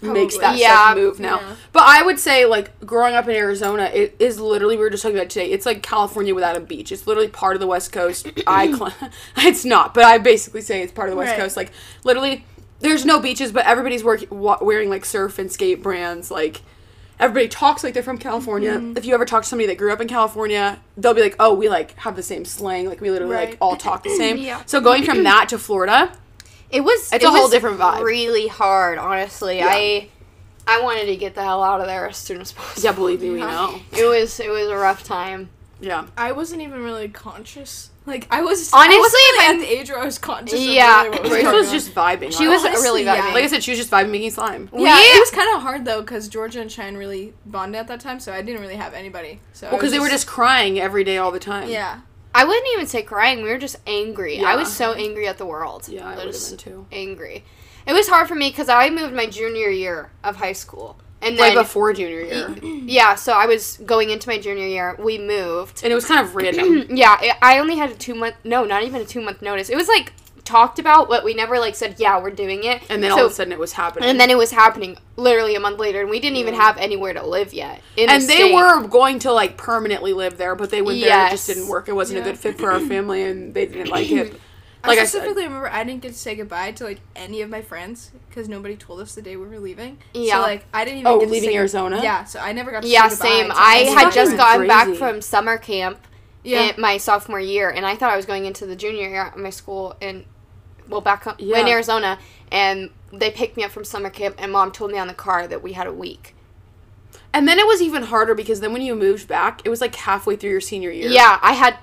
S2: makes that
S4: Probably. Yeah.
S2: stuff move now.
S3: Yeah.
S2: But I would say, like, growing up in Arizona, it is literally, we were just talking about it today, it's like California without a beach. It's literally part of the West Coast. I, cl- it's not, but I basically say it's part of the West
S3: Right.
S2: Coast. Like, literally, there's no beaches, but everybody's work- wa- wearing, like, surf and skate brands. Like, everybody talks like they're from California. If you ever talk to somebody that grew up in California, they'll be like, oh, we, like, have the same slang. Like, we literally,
S3: Right.
S2: like, all talk the same.
S4: Yeah.
S2: So going from that to Florida,
S4: It was.
S2: It's
S4: it
S2: a whole
S4: was
S2: different vibe.
S4: Really hard, honestly. I. I wanted to get the hell out of there as soon as possible.
S2: yeah, believe me, we know.
S4: It was. It was a rough time.
S2: Yeah.
S3: I wasn't even really conscious. Like I was
S4: Honestly,
S3: I wasn't
S4: if
S3: really
S4: I'm-
S3: at the age where I was conscious.
S4: Yeah.
S3: Yeah, of really what was
S2: Grace
S3: going
S2: was
S3: on.
S2: just vibing.
S4: She
S2: on
S4: was
S2: it.
S4: really
S3: Honestly,
S4: vibing.
S3: yeah.
S2: like I said, she was just vibing making slime.
S3: Yeah,
S4: we-
S3: it was kind of hard though because Georgia and Shine really bonded at that time, so I didn't really have anybody. So I
S2: Well, because
S3: was
S2: they were just crying every day, all the time.
S3: yeah.
S4: I wouldn't even say crying. We were just angry. I was
S2: Yeah.
S4: so angry at the world.
S2: Yeah, I
S4: was
S2: would have been too.
S4: Angry. It was hard for me because I moved my junior year of high school, and
S2: Like
S4: then
S2: before junior year,
S4: yeah, so I was going into my junior year. We moved.
S2: and it was kind of random.
S4: Yeah, I- I only had a two month. No, not even a two month notice. It was like talked about, but we never like said, "Yeah, we're doing it."
S2: And then
S4: So-
S2: all of a sudden, it was happening.
S4: and then it was happening literally a month later, and we didn't even have anywhere to live yet. In the
S2: And they
S4: state.
S2: were going to like permanently live there, but they went there. and It just
S4: Yes.
S2: didn't work. It wasn't
S3: Yeah.
S2: a good fit for our family, and they didn't like it. Like
S3: I
S2: I said,
S3: specifically remember I didn't get to say goodbye to like any of my friends because nobody told us the day we were leaving.
S4: Yeah.
S3: So like I didn't even.
S2: oh,
S3: get to
S2: leaving
S3: say-
S2: Arizona.
S3: Yeah, so I never got. to
S4: Yeah,
S3: say goodbye
S4: same.
S3: to
S4: I
S3: any of my
S4: had just
S3: friends.
S4: gotten back
S2: Crazy.
S4: from summer camp
S3: Yeah.
S4: in my sophomore year, and I thought I was going into the junior year at my school in, well, back home,
S2: Yeah.
S4: in Arizona, and they picked me up from summer camp, and mom told me on the car that we had a week.
S2: And then it was even harder because then when you moved back, it was like halfway through your senior year.
S4: Yeah, I had.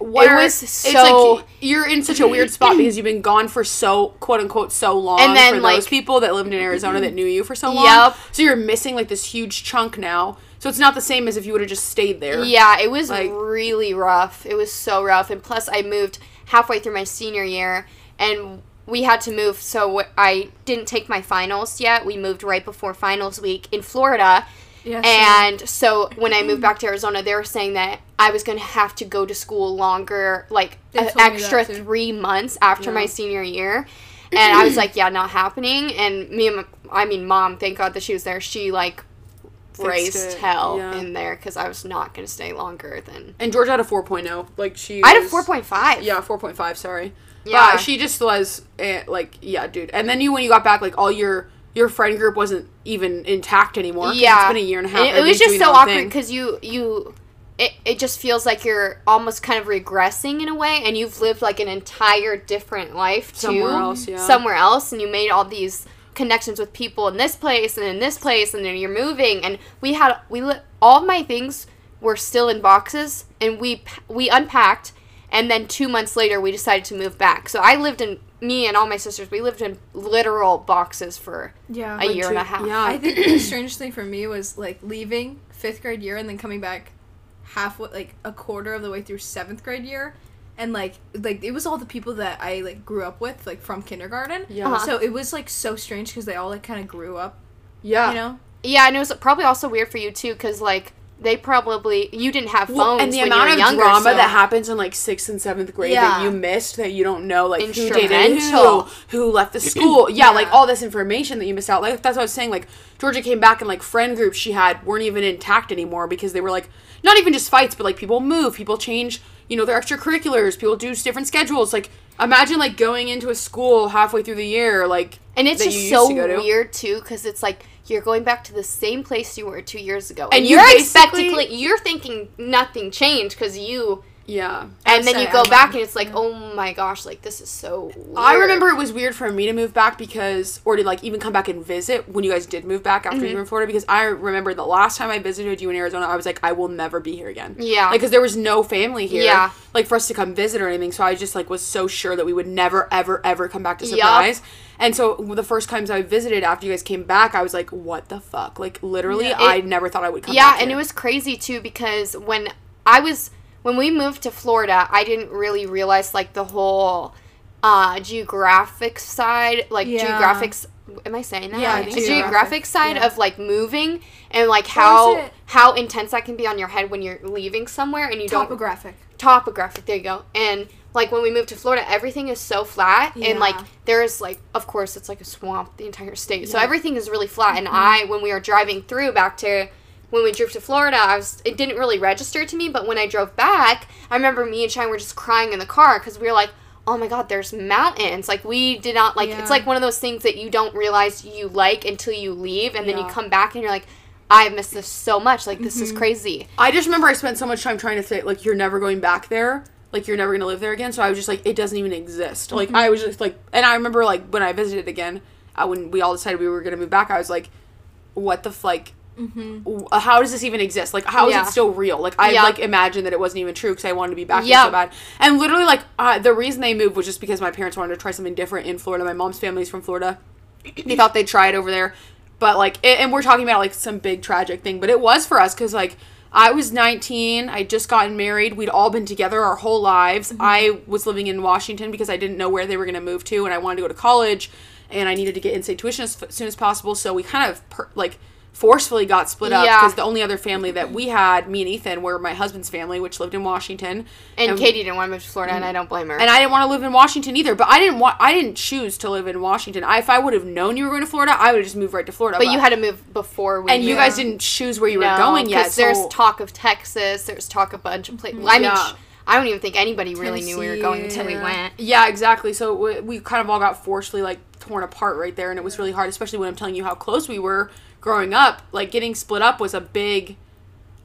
S2: Where
S4: it was so.
S2: it's like you're in such a weird spot because you've been gone for so quote unquote so long
S4: And then,
S2: for
S4: like-
S2: those people that lived in Arizona that knew you for so long.
S4: Yep.
S2: So you're missing like this huge chunk now. So it's not the same as if you would have just stayed there.
S4: Yeah, it was
S2: Like-
S4: really rough. It was so rough. And plus, I moved halfway through my senior year, and we had to move. So wh- I didn't take my finals yet. We moved right before finals week in Florida.
S3: Yeah, same.
S4: and so when I moved back to Arizona, they were saying that I was going to have to go to school longer, like
S3: They
S4: an
S3: told me that
S4: extra
S3: too.
S4: three months after my senior year. And I was like, yeah, not happening. And me and my, I mean, mom, thank God that she was there. She like
S2: it,
S4: raised hell
S2: yeah.
S4: in there because I was not going to stay longer than.
S2: And Georgia had a 4.0. Like she
S4: I had a
S2: was-
S4: 4.5.
S2: Yeah, 4.5, sorry.
S4: Yeah.
S2: Yeah. she just was eh, like yeah, dude. And then you when you got back like all your your friend group wasn't even intact anymore. 'cause
S4: Yeah.
S2: It's been a year and a half.
S4: it- It,
S2: everybody's
S4: was just
S2: doing
S4: so
S2: their own
S4: awkward
S2: thing.
S4: because you, you, it, it just feels like you're almost kind of regressing in a way and you've lived like an entire different life too.
S2: Somewhere else, yeah.
S4: Somewhere else. And you made all these connections with people in this place and in this place and then you're moving. And we had, we, li- all of my things were still in boxes and we, p- we unpacked And then two months later, we decided to move back. So I lived in me and all my sisters. We lived in literal boxes for
S3: Yeah.
S4: a year and a half.
S2: Yeah.
S3: I think the strange thing for me was like leaving fifth grade year and then coming back halfway, like a quarter of the way through seventh grade year, and like like it was all the people that I like grew up with like from kindergarten.
S2: Yeah.
S4: Uh-huh.
S3: So it was like so strange because they all like kind of grew up,
S2: yeah.
S3: you know.
S4: Yeah, and it was probably also weird for you too, because like they probably you didn't have phones
S2: Well, and the
S4: when
S2: amount
S4: you
S2: of
S4: were younger.
S2: drama
S4: so-
S2: that happens in like sixth and seventh grade that
S4: Yeah.
S2: you missed that you don't know, like who dated who,
S4: Instrumental.
S2: who left the school, yeah, like
S3: Yeah.
S2: all this information that you missed out. Like that's what I was saying. Like Georgia came back and like friend groups she had weren't even intact anymore because they were like not even just fights, but like people move, people change, you know, their extracurriculars, people do different schedules. Like imagine like going into a school halfway through the year, like
S4: and it's
S2: that
S4: just
S2: you used
S4: so
S2: to go to.
S4: weird too, because it's like you're going back to the same place you were two years ago,
S2: And
S4: and,
S2: you
S4: you're
S2: basically-
S4: expecting you're thinking nothing changed because you,
S2: yeah.
S4: and then you
S3: say,
S4: go
S3: I'm-
S4: back and it's like, oh my gosh, like this is so. Weird.
S2: I remember it was weird for me to move back because, or to like even come back and visit when you guys did move back
S4: Mm-hmm.
S2: after you were in Florida. Because I remember the last time I visited you in Arizona, I was like, I will never be here again.
S4: Yeah.
S2: Like, because there was no family here.
S4: Yeah.
S2: Like for us to come visit or anything. So I just like was so sure that we would never, ever, ever come back to
S4: Yup.
S2: surprise. And so the first times I visited after you guys came back, I was like, what the fuck? Like literally,
S4: Yeah,
S2: I
S4: it-
S2: never thought I would come.
S4: yeah
S2: back
S4: and it
S2: here.
S4: was crazy too because when i was when we moved to florida i didn't really realize like the whole uh geographic side like
S3: Yeah.
S4: geographics am i saying that
S3: Yeah, I
S4: right?
S3: think
S4: the
S3: so.
S4: geographic side
S3: yeah.
S4: of like moving and like
S3: is
S4: how
S3: it?
S4: how intense that can be on your head when you're leaving somewhere and you don't
S3: Topographic.
S4: topographic. There you go. And like when we moved to Florida, everything is so flat, and like
S3: Yeah.
S4: there's like of course it's like a swamp the entire state, so everything is really flat. And I when we were driving through back to when we drove to Florida, I was it didn't really register to me, but when I drove back, I remember me and Shine were just crying in the car because we were like. Oh my God! There's mountains. Like we did not like.
S3: Yeah.
S4: It's like one of those things that you don't realize you like until you leave, and then you
S2: Yeah.
S4: come back and you're like, I miss this so much. Like this is crazy.
S2: I just remember I spent so much time trying to say like you're never going back there, like you're never gonna live there again. So I was just like it doesn't even exist. Like
S4: Mm-hmm.
S2: I was just like, and I remember like when I visited again, I, when we all decided we were gonna move back, I was like, what the f- like. w- How does this even exist? Like, how is
S4: Mm-hmm. Yeah.
S2: it still real? Like, I
S4: Yeah.
S2: like imagined that it wasn't even true because I wanted to be back here
S4: Yeah.
S2: so bad. And literally, like, uh, the reason they moved was just because my parents wanted to try something different in Florida. My mom's family's from Florida they thought they'd try it over there but like it, and we're talking about like some big tragic thing but it was for us because like i was 19 i just gotten married we'd all been together our whole lives
S4: Mm-hmm.
S2: i was living in washington because i didn't know where they were going to move to and i wanted to go to college and i needed to get in-state tuition as f- soon as possible so we kind of per- like forcefully got split up
S4: Yeah.
S2: because the only other family that we had me and ethan were my husband's family which lived in washington
S4: And, Katie didn't want to move to Florida, and I don't blame her.
S2: and I didn't want to live in Washington either. But I didn't want I didn't choose to live in Washington. I, if I would have known you were going to Florida, I would have just moved right to Florida.
S4: But you had to move before we
S2: and you
S4: moved.
S2: guys didn't choose where you
S4: No,
S2: were going yet.
S4: 'cause there's
S2: so-
S4: talk of Texas. There's talk of a bunch of places. I mean,
S2: Yeah.
S4: sh- I don't even think anybody really knew we were going
S3: Tennessee,
S4: until we
S3: yeah.
S4: went.
S2: yeah, exactly. So we, we kind of all got forcefully like torn apart right there, and it was really hard, especially when I'm telling you how close we were growing up. Like getting split up was a big,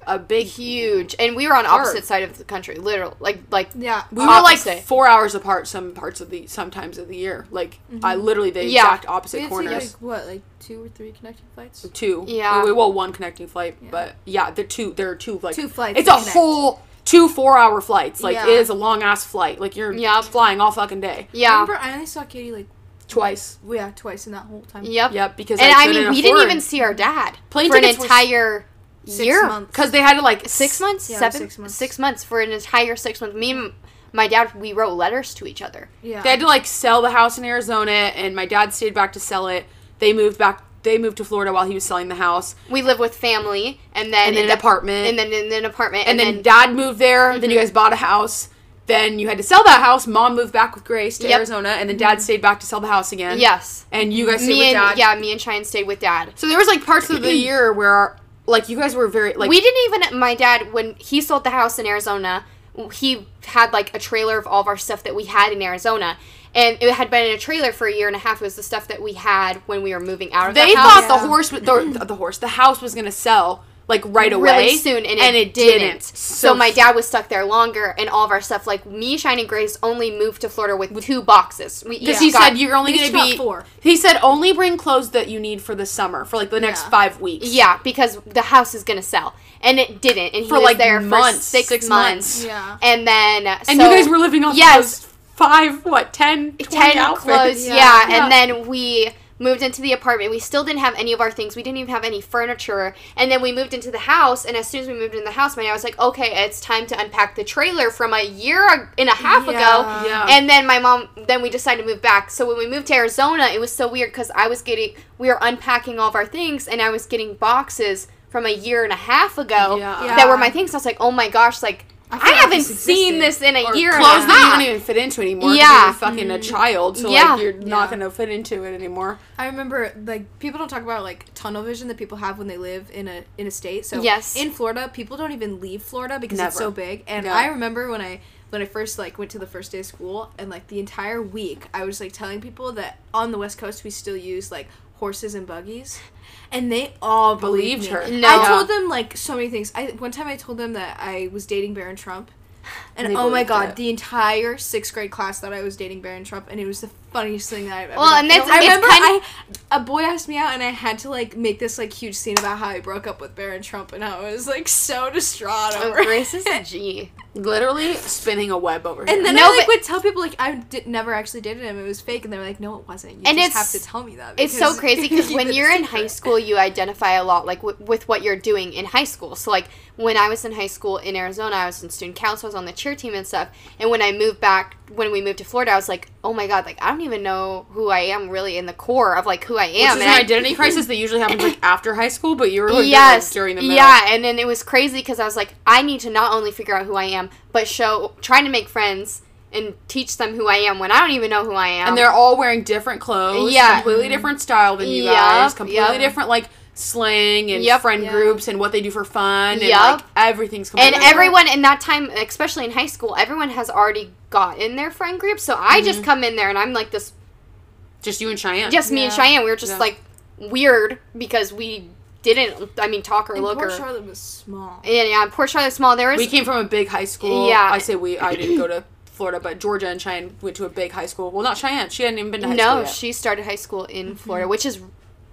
S2: a big.
S4: Huge, and we were on
S2: Hard.
S4: opposite side of the country, literal. Like, like
S3: Yeah.
S2: We were like
S4: Opposite.
S2: four hours apart some parts of the sometimes of the year. Like I literally the
S4: Mm-hmm. Yeah.
S2: exact
S3: We
S2: opposite
S3: had to take,
S2: corners.
S3: like what like two or three connecting flights.
S2: two.
S4: Yeah.
S2: We- well, one connecting flight, but yeah, there are two. There are two like
S3: Two flights
S2: It's a
S3: to connect.
S2: whole two four-hour flights. Like
S3: Yeah.
S2: it is a long-ass flight. Like you're
S4: Yep.
S2: flying all fucking day
S3: I
S4: yeah,
S3: remember I only saw Katie like
S2: twice.
S3: yeah twice in that whole time.
S4: yep,
S2: Yep, because
S4: And
S2: I
S4: I, mean,
S2: couldn't
S4: we didn't
S2: afford-
S4: even see our dad
S2: Plane
S4: for an
S2: tickets were s-
S4: entire
S3: Six
S4: year.
S3: months.
S2: Because they had to like
S4: Six
S2: s-
S4: months,
S3: Yeah,
S4: seven,
S3: six months.
S4: six months for an entire six months. Me and my dad, we wrote letters to each other.
S3: Yeah.
S2: They had to like sell the house in Arizona, and my dad stayed back to sell it. They moved back. They moved to Florida while he was selling the house,
S4: We live with family, and then
S2: and then an
S4: the-
S2: apartment,
S4: and then Mm-hmm. in an apartment,
S2: and then dad moved there. Then you guys bought a house. Then you had to sell that house. Mom moved back with Grace to
S4: Yep.
S2: Arizona, and then dad stayed back to sell the house again.
S4: Mm-hmm. yes,
S2: And you guys stayed
S4: me
S2: with
S4: and
S2: dad.
S4: yeah, me and Cheyenne stayed with dad.
S2: So there was like parts of the year where like you guys were very like
S4: we didn't even. My dad, when he sold the house in Arizona, he had like a trailer of all of our stuff that we had in Arizona, and it had been in a trailer for a year and a half. It was the stuff that we had when we were moving out of.
S2: they
S4: that house.
S2: thought the horse was- the, the horse the house was gonna sell. like right away.
S4: really soon, and it, didn't. So, my dad was stuck there longer, and all of our stuff. Like me, Shining Grace only moved to Florida with, two boxes. We
S2: Because
S4: each
S2: he
S4: got-
S2: said you're only
S3: we
S2: going
S3: each
S2: to be.
S3: got four.
S2: He said only bring clothes that you need for the summer for like the next
S3: Yeah.
S2: five weeks.
S4: yeah, because the house is gonna sell, and it didn't. And he
S2: For,
S4: was
S2: like,
S4: there for
S2: months,
S4: six,
S2: six months.
S4: months.
S3: Yeah.
S4: and then uh,
S2: And
S4: so-
S2: you guys were living off
S4: yes.
S2: of those five, what, 10, 20
S4: ten
S2: outfits.
S4: clothes. Yeah.
S3: Yeah.
S2: Yeah.
S4: and then we moved into the apartment. We still didn't have any of our things. We didn't even have any furniture. And then we moved into the house. And as soon as we moved into the house, my dad was like, "Okay, it's time to unpack the trailer from a year and a half ago."
S3: Yeah.
S2: Yeah.
S4: And then my mom, then we decided to move back. So when we moved to Arizona, it was so weird because I was getting, we were unpacking all of our things, and I was getting boxes from a year and a half ago
S2: Yeah.
S4: that were my things. I was like, "Oh my gosh!" Like. I,
S3: forgot
S4: haven't
S3: this
S4: seen
S3: existed.
S4: this in a
S2: Or
S4: year and a
S2: clothes
S4: half.
S2: that you don't even fit into anymore.
S4: Yeah. Mm-hmm.
S2: Yeah, you're fucking a child, so
S4: Yeah.
S2: like you're
S3: Yeah.
S2: not gonna fit into it anymore.
S3: I remember like people don't talk about like tunnel vision that people have when they live in a in a state. So
S4: Yes.
S3: in Florida, people don't even leave Florida because it's
S2: Never.
S3: so big. And
S2: No.
S3: I remember when I when I first like went to the first day of school and like the entire week I was like telling people that on the West Coast we still use like horses and buggies. And they all believed,
S2: Believed
S3: her.
S2: her. No.
S3: I told them like so many things. I one time I told them that I was dating Barron Trump. And
S2: They
S3: oh my
S2: believed
S3: god,
S2: it.
S3: the entire sixth grade class thought I was dating Barron Trump, and it was the funniest thing that I've ever.
S4: Well,
S3: done.
S4: and that's-
S3: I
S4: it's
S3: remember
S4: kind of-
S3: I a boy asked me out and I had to like make this like huge scene about how I broke up with Barron Trump and I was like so distraught
S4: Oh,
S3: over
S4: Grace is
S3: it.
S4: a G.
S2: Literally spinning a web over here.
S3: And then
S4: No,
S3: I like
S4: but-
S3: would tell people like I did, never actually dated him. It was fake, and they were like, "No, it wasn't. You
S4: And
S3: just
S4: it's-
S3: have to tell me that."
S4: It's so
S3: because
S4: crazy
S3: you
S4: because
S3: keep
S4: when
S3: it a
S4: you're in high
S3: secret."
S4: school, you identify a lot, like w- with what you're doing in high school. So, like when I was in high school in Arizona, I was in student council, I was on the cheer team and stuff. And when I moved back, when we moved to Florida, I was like, oh my god, like I don't even know who I am really in the core of like who I
S2: Which
S4: am.
S2: is
S4: and
S2: an
S4: I-
S2: identity crisis that usually happens like after high school, but you were like,
S4: yes,
S2: during the middle.
S4: yeah. And then it was crazy because I was like, I need to not only figure out who I am, but show trying to make friends and teach them who I am when I don't even know who I am.
S2: and they're all wearing different clothes.
S4: Yeah.
S2: completely different style than you
S4: Yup,
S2: guys. Completely
S4: yup.
S2: different like slang and
S4: Yup.
S2: friend
S3: Yeah.
S2: groups and what they do for fun and like
S4: Yup.
S2: everything's
S4: and
S2: completely different.
S4: everyone in that time, especially in high school, everyone has already gotten their friend group. So I
S2: Mm-hmm.
S4: just come in there and I'm like this,
S2: just you and Cheyenne.
S4: just me and
S3: Yeah.
S4: Cheyenne. We were just
S2: Yeah.
S4: like weird because we didn't, I mean, talk or
S3: And
S4: look
S3: poor
S4: or.
S3: Charlotte was small.
S4: and yeah, poor Charlotte Small. There
S2: we
S4: was
S2: came from a big high school.
S4: Yeah.
S2: I say we. I didn't go to Florida, but Georgia and Cheyenne went to a big high school. Well, not Cheyenne. She hadn't even been to high school
S4: no.
S2: yet. Mm-hmm.
S4: She started high school in Florida, which is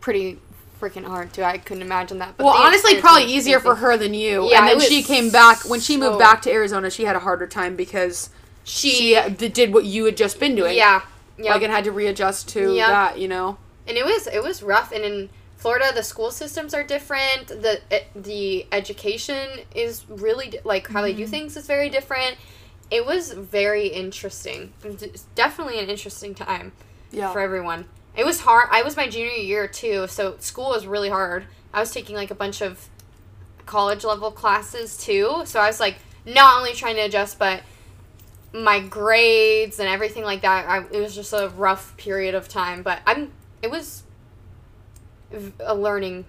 S4: pretty freaking hard too. I couldn't imagine that. But
S2: well,
S4: the
S2: honestly,
S4: experience
S2: probably
S4: was
S2: easier for
S4: amazing.
S2: her than you.
S4: Yeah,
S2: Yeah, and
S4: it
S2: then
S4: was
S2: she came back when she moved
S4: so-
S2: back to Arizona. She had a harder time because she, d- did what you had just been doing.
S4: Yeah, yeah.
S2: like and had to readjust to
S4: Yep.
S2: that. You know,
S4: and it was it was rough and in florida the school systems are different the eh, the education is really di- like how they do things is very different it was very interesting It's definitely an interesting time
S2: yeah.
S4: for everyone it was hard i was my junior year too so school was really hard i was taking like a bunch of college level classes too so i was like not only trying to adjust but my grades and everything like that. I, it was just a rough period of time, but I'm. It was v- a learning,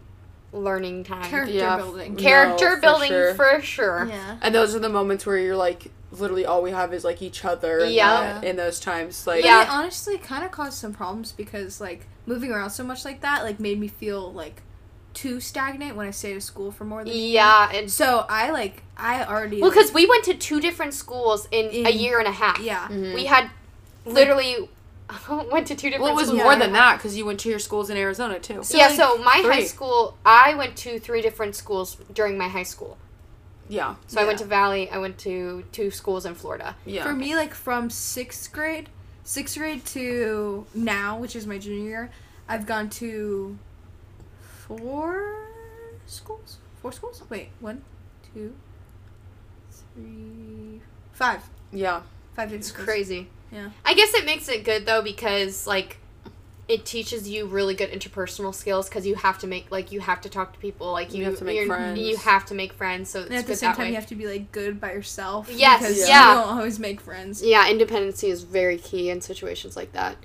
S4: learning time.
S3: Character
S2: Yeah.
S3: building.
S2: No,
S4: Character
S2: for
S4: building
S2: sure.
S4: for sure.
S3: Yeah.
S2: and those are the moments where you're like, literally, all we have is like each other. and
S4: Yeah.
S2: that- in those times, like,
S4: Yeah.
S3: But it honestly kind of caused some problems because like moving around so much like that like made me feel like too stagnant when I stayed at school for more than a year.
S4: Yeah, and
S3: So I like I already
S4: well,
S3: like,
S4: because we went to two different schools in, a
S3: In-
S4: year and a half.
S3: yeah.
S4: we had literally went to two different.
S2: Mm-hmm. well, it was
S4: schools.
S2: more than that because you went to your schools in Arizona too.
S3: So,
S4: yeah,
S3: like,
S4: so my high
S2: three.
S4: school, I went to three different schools during my high school.
S2: Yeah,
S4: So I went to
S3: Yeah.
S4: Valley, I went to two schools in Florida.
S2: yeah.
S3: For me, like from sixth grade, sixth grade to now, which is my junior year, I've gone to four schools. Four schools? Wait, one, two, three, five.
S2: yeah.
S3: Five different
S4: It's
S3: schools.
S4: crazy.
S3: Yeah.
S4: I guess it makes it good though because like it teaches you really good interpersonal skills because you have to make like you have to talk to people like you,
S2: You have to make
S4: you're-
S2: friends.
S4: You have to make friends, so it's
S3: And at
S4: good
S3: the same
S4: that
S3: time,
S4: way.
S3: you have to be like good by yourself.
S4: Yes,
S3: because
S4: yeah.
S3: You don't always make friends.
S4: yeah, independency is very key in situations like that.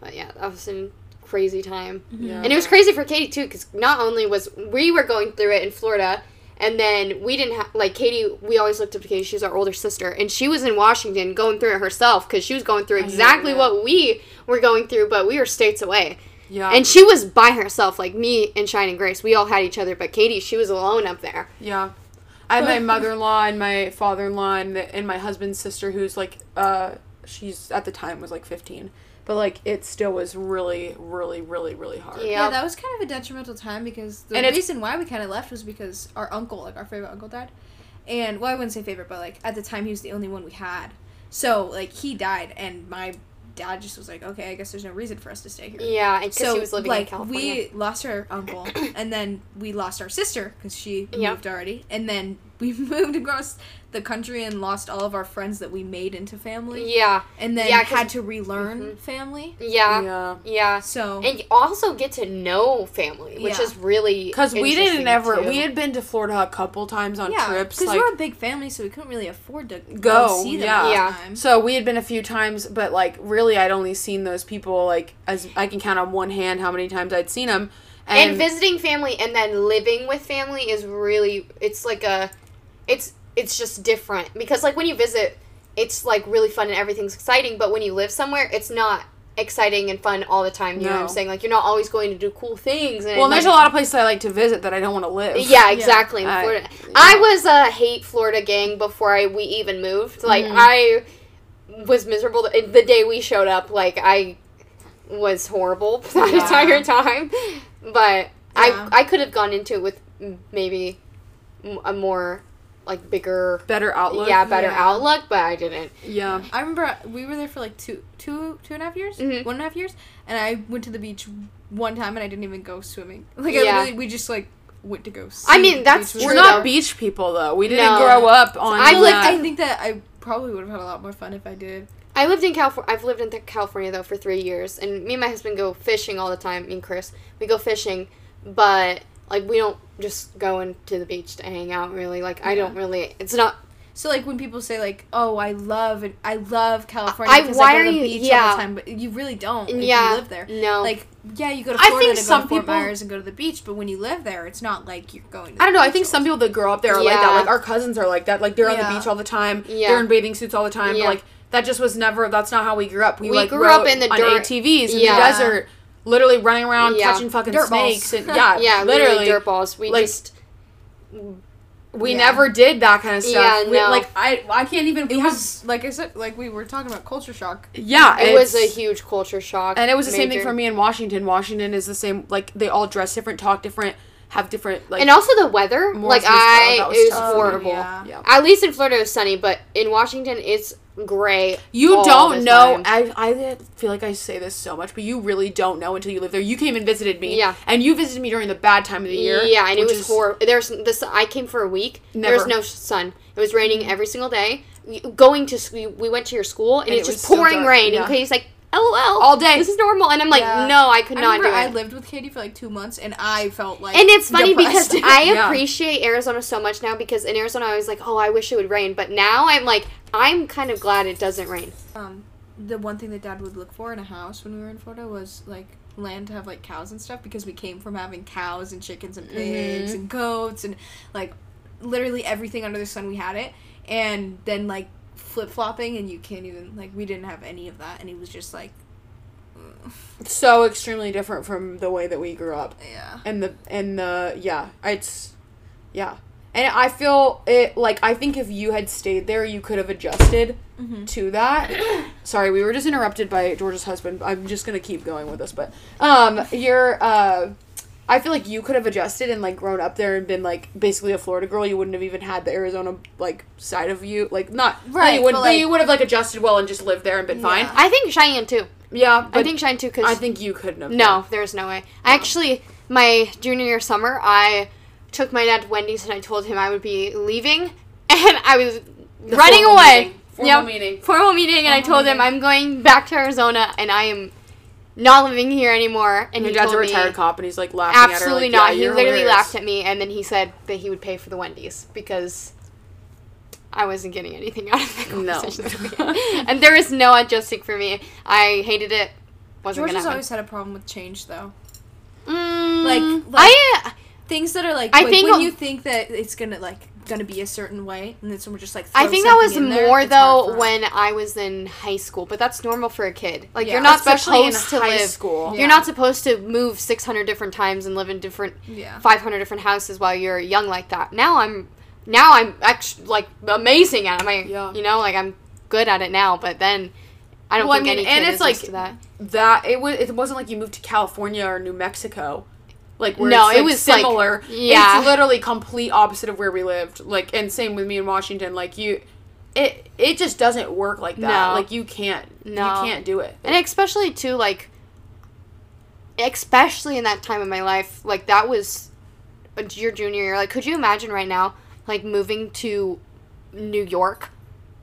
S4: But yeah, that was a crazy time.
S2: Yeah.
S4: And it was crazy for Katie too, because not only was we were going through it in Florida, and then we didn't have like Katie. We always looked up to Katie. She's our older sister, and she was in Washington going through it herself because she was going through exactly
S2: yeah.
S4: what we were going through, but we were states away.
S2: Yeah.
S4: And she was by herself, like me and Shine and Grace. We all had each other, but Katie, she was alone up there.
S2: Yeah. I have my mother in law and my father in law and, and my husband's sister, who's like, uh, she's at the time was like 15. But like, it still was really, really, really, really hard.
S4: Yeah.
S3: Yeah, that was kind of a detrimental time because the
S2: And it's-
S3: reason why we kind of left was because our uncle, like our favorite uncle, died. And, well, I wouldn't say favorite, but like at the time he was the only one we had. So, like, he died, and my dad just was like, okay, I guess there's no reason for us to stay here.
S4: Yeah, and 'cause
S3: So,
S4: she was living
S3: like,
S4: in California.
S3: we lost our uncle, and then we lost our sister because she
S4: Yeah.
S3: moved already, and then we moved across the country and lost all of our friends that we made into family,
S4: yeah,
S3: and then
S4: Yeah, 'cause-
S3: had to relearn family.
S4: yeah, yeah,
S2: Yeah.
S3: So
S4: And also get to know family, which
S3: Yeah.
S4: is really
S2: Because we didn't
S4: interesting,
S2: ever,
S4: too.
S2: we had been to Florida a couple times on trips.
S3: Because
S2: Like,
S3: we're a big family, so we couldn't really afford to
S2: Go,
S3: see them
S2: yeah.
S3: all the
S4: Yeah.
S3: time.
S2: so we had been a few times, but like, really, I'd only seen those people, like, as I can count on one hand how many times I'd seen them.
S4: and visiting family and then living with family is really it's like a it's it's just different because like when you visit it's like really fun and everything's exciting but when you live somewhere it's not exciting and fun all the time you know what
S2: No.
S4: i'm saying like you're not always going to do cool things and
S2: well, and
S4: like,
S2: there's a lot of places I like to visit that I don't want to live.
S4: yeah, exactly. in
S2: I-
S4: Florida. I was a hate Florida gang before I we even moved. Like I was miserable the, the day we showed up. Like I was horrible that
S2: Yeah.
S4: entire time. But
S3: Yeah.
S4: I I could have gone into it with m- maybe m- a more like bigger
S2: Better outlook.
S4: yeah better
S3: yeah.
S4: outlook, but I didn't.
S2: Yeah.
S3: I remember we were there for like two, two, two and a half years,
S4: Mhm.
S3: one and a half years, and I went to the beach one time and I didn't even go swimming. Like I
S4: Yeah.
S3: literally, we just like went to go. See
S4: I mean,
S3: the
S4: that's
S3: beach.
S2: We're
S4: True,
S2: not
S4: though.
S2: beach people though. We didn't
S4: No.
S2: grow up on.
S4: I've lived-
S2: that.
S3: I think that I probably would have had a lot more fun if I did.
S4: I lived in California. I've lived in th- California though for three years, and me and my husband go fishing all the time. Me and Chris, we go fishing, but like we don't just go into the beach to hang out. Really, like I don't really. It's not.
S3: So like when people say like, "Oh, I love it. I love California."
S4: I-
S3: 'cause
S4: why
S3: go to
S4: are
S3: the
S4: you-
S3: beach all
S4: yeah.
S3: the time? But you really don't. If
S4: Yeah.
S3: you live there.
S4: No.
S3: Like yeah, you go to
S2: I
S3: Florida
S2: think
S3: to
S2: some
S3: go to Fort
S2: people-
S3: Myers and go to the beach, but when you live there, it's not like you're going. To
S2: I don't know.
S3: the
S2: I think
S3: beach
S2: some
S3: all
S2: people that grow up there are like that.
S4: Yeah.
S2: Like our cousins are like that. Like they're on
S3: Yeah.
S2: the beach all the time.
S4: Yeah.
S2: They're in bathing suits all the time.
S4: Yeah.
S2: But like that just was never. That's not how we grew up.
S4: We
S2: like,
S4: grew up
S2: rode
S4: in the
S2: on
S4: dirt-
S2: ATVs in
S4: Yeah.
S2: the desert, literally running around
S4: Yeah.
S2: catching fucking
S3: Dirt balls.
S2: snakes and yeah,
S4: Yeah, literally, dirt balls. We
S2: Uh, like,
S4: just
S2: We
S3: Yeah.
S2: never did that kind of stuff.
S4: Yeah,
S2: We-
S4: no.
S2: Like I, I can't even.
S3: It
S2: we have-
S3: was like I said, like we were talking about culture shock.
S2: yeah,
S4: it was a
S2: it's-
S4: huge culture shock,
S2: And it was the same thing
S4: major.
S2: for me in Washington. Washington is the same. Like they all dress different, talk different, have different. Like
S4: And also the weather,
S2: More
S4: like
S2: so, that
S4: I,
S2: was
S4: it was
S2: tough. Oh,
S4: horrible.
S3: yeah.
S2: yeah.
S4: At least in Florida it was sunny, but in Washington it's gray.
S2: You
S4: all
S2: don't
S4: the
S2: know.
S4: time.
S2: I, I feel like I say this so much, but you really don't know until you live there. You came and visited me.
S4: Yeah.
S2: And you visited me during the bad time of the year.
S4: Yeah, and it
S2: which
S4: was
S2: is-
S4: horrible. There's this. I came for a week. There
S2: Never.
S4: was
S2: Mm-hmm.
S4: no sh- sun. It was raining every single day. We, going to sc- we, we went to your school and,
S2: And
S4: it's
S2: it
S4: just
S2: was so
S4: pouring
S2: dark,
S4: rain.
S2: yeah.
S4: And Katie's like, "LOL,
S2: All day.
S4: This is normal." And I'm like,
S3: Yeah.
S4: "No, I could
S3: I
S4: not
S3: remember
S4: do it."
S3: I lived with Katie for like two months, and I felt like
S4: and it's funny
S3: depressed.
S4: because I
S2: Yeah.
S4: appreciate Arizona so much now because in Arizona I was like, "Oh, I wish it would rain," but now I'm like, I'm kind of glad it doesn't rain.
S3: um, the one thing that Dad would look for in a house when we were in Florida was like land to have like cows and stuff because we came from having cows and chickens and pigs
S4: Mm-hmm.
S3: and goats and like literally everything under the sun we had it and then like flip flopping and you can't even like we didn't have any of that and it was just like
S2: so extremely different from the way that we grew up.
S3: yeah
S2: And the, and the, yeah. It's, yeah. And I feel it, like, I think if you had stayed there, you could have adjusted to that. Sorry, we were just interrupted by George's husband. I'm just going to keep going with this, but, um, you're, uh, I feel like you could have adjusted and like grown up there and been like basically a Florida girl. You wouldn't have even had the Arizona like side of you, like not right.
S3: Right,
S2: You would,
S3: but,
S2: but
S3: like-
S2: you would have like adjusted well and just lived there and been fine.
S4: I think Cheyenne too.
S2: Yeah, but
S4: I think Cheyenne too because
S2: I think you couldn't have.
S4: No, there's no way. I actually, my junior year summer, I took my dad to Wendy's and I told him I would be leaving, and I was running
S2: formal
S4: away.
S2: meeting. Formal
S4: Yep.
S2: meeting.
S4: Formal meeting, and I told him I'm going back to Arizona and I am not living here anymore. And
S2: Your
S4: he
S2: dad's
S4: told
S2: a retired
S4: me,
S2: cop, and he's like laughing
S4: Absolutely
S2: at her. like,
S4: not.
S2: "Yeah,
S4: he
S2: you're
S4: literally
S2: hilarious."
S4: laughed at me, and then he said that he would pay for the Wendy's because I wasn't getting anything out of the
S2: No.
S4: conversation. and there was no adjusting for me. I hated it. Wasn't
S3: George
S4: gonna
S3: has
S4: happen.
S3: always had a problem with change though
S4: Mm,
S3: Like- like-
S4: I
S3: things that are like
S4: Mm, I
S3: like,
S4: think-
S3: when you think that it's gonna like gonna be a certain way, and then someone just like.
S4: I
S3: throws
S4: think that was
S3: something in there,
S4: more
S3: it's hard
S4: though
S3: for us.
S4: when I was in high school, but that's normal for a kid. Like
S3: Yeah.
S4: you're not
S2: Especially in
S4: supposed to
S2: high
S4: live.
S2: school.
S3: Yeah.
S4: You're not supposed to move 600 different times and live in different
S3: Yeah.
S4: 500 different houses while you're young like that. Now I'm now I'm actually like amazing at it. My,
S2: Yeah.
S4: you know, like I'm good at it now, but then I don't
S2: Well, I
S4: think
S2: mean,
S4: any
S2: and it's
S4: kid is
S2: like-
S4: used to that.
S2: That it was. It wasn't like you moved to California or New Mexico. Like where
S4: No,
S2: it's,
S4: it
S2: like,
S4: was, like,
S2: similar.
S4: yeah.
S2: it's literally complete opposite of where we lived. Like and same with me in Washington. Like you, it it just doesn't work like that.
S4: No.
S2: Like you can't.
S4: No.
S2: you can't do it.
S4: And especially too like especially in that time of my life, like that was your junior year. Like could you imagine right now like moving to New York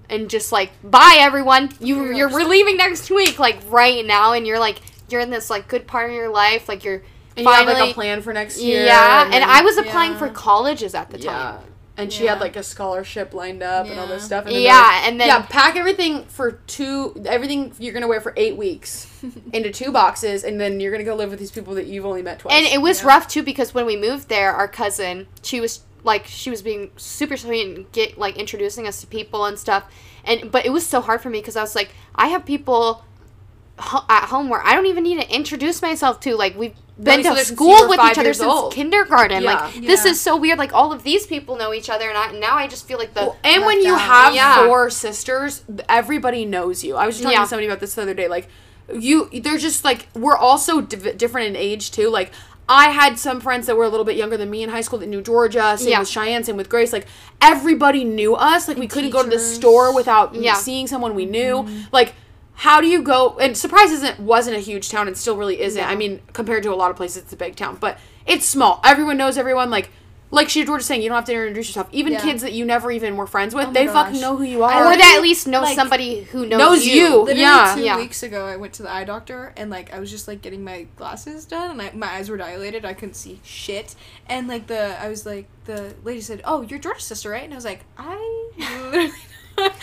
S4: and just like bye everyone. You you're we're leaving next week like right now and you're like you're in this like good part of your life, like you're
S2: And
S4: finally
S2: you have like a plan for next year.
S4: Yeah, and,
S2: then-
S4: I was applying
S3: yeah.
S4: for colleges at the
S2: Yeah.
S4: time.
S2: And she had
S3: Yeah.
S2: like a scholarship lined up and all this
S3: Yeah.
S2: stuff.
S4: Yeah,
S2: And then they're like,
S4: and then
S2: yeah, pack everything for two, everything you're gonna wear for eight weeks into two boxes, and then you're gonna go live with these people that you've only met twice.
S4: And it was
S3: Yeah.
S4: rough too because when we moved there, our cousin, she was like she was being super sweet and get like introducing us to people and stuff. And but it was so hard for me because I was like, I have people ho- at home where I don't even need to introduce myself to. Like we've been
S2: each other
S4: to
S2: since you
S4: school
S2: were
S4: with
S2: five
S4: each other
S2: years
S4: since
S2: old.
S4: kindergarten. Like
S2: Yeah.
S4: this
S3: Yeah.
S4: is so weird. Like all of these people know each other, and I, now I just feel like the
S2: Well, and when
S3: left
S2: you
S3: out.
S2: have
S4: Yeah.
S2: four sisters, everybody knows you. I was just talking
S4: Yeah.
S2: to somebody about this the other day. Like, you, they're just like we're all so div- different in age too. Like, I had some friends that were a little bit younger than me in high school that knew Georgia, same
S4: Yeah.
S2: with Cheyenne, same with Grace. Like, everybody knew us. Like, we couldn't go to the
S3: teachers.
S2: store without
S4: Yeah.
S2: seeing someone we knew. Like. How do you go? And Surprise isn't wasn't a huge town, and still really isn't. I mean, compared to a lot of places, it's a big town, but it's small. Everyone knows everyone. Like, like she was saying, you don't have to introduce yourself. Even
S3: Yeah.
S2: kids that you never even were friends with, they fucking
S3: gosh.
S2: know who you are.
S4: or
S3: Or
S4: that at least knows
S3: like,
S4: somebody who knows,
S2: knows you.
S3: Literally
S2: Yeah.
S3: two
S4: Yeah.
S3: weeks ago, I went to the eye doctor and like I was just like getting my glasses done, and I, my eyes were dilated. I couldn't see shit, and like the I was like the lady said, "Oh, you're George's sister, right?" And I was like, "I literally,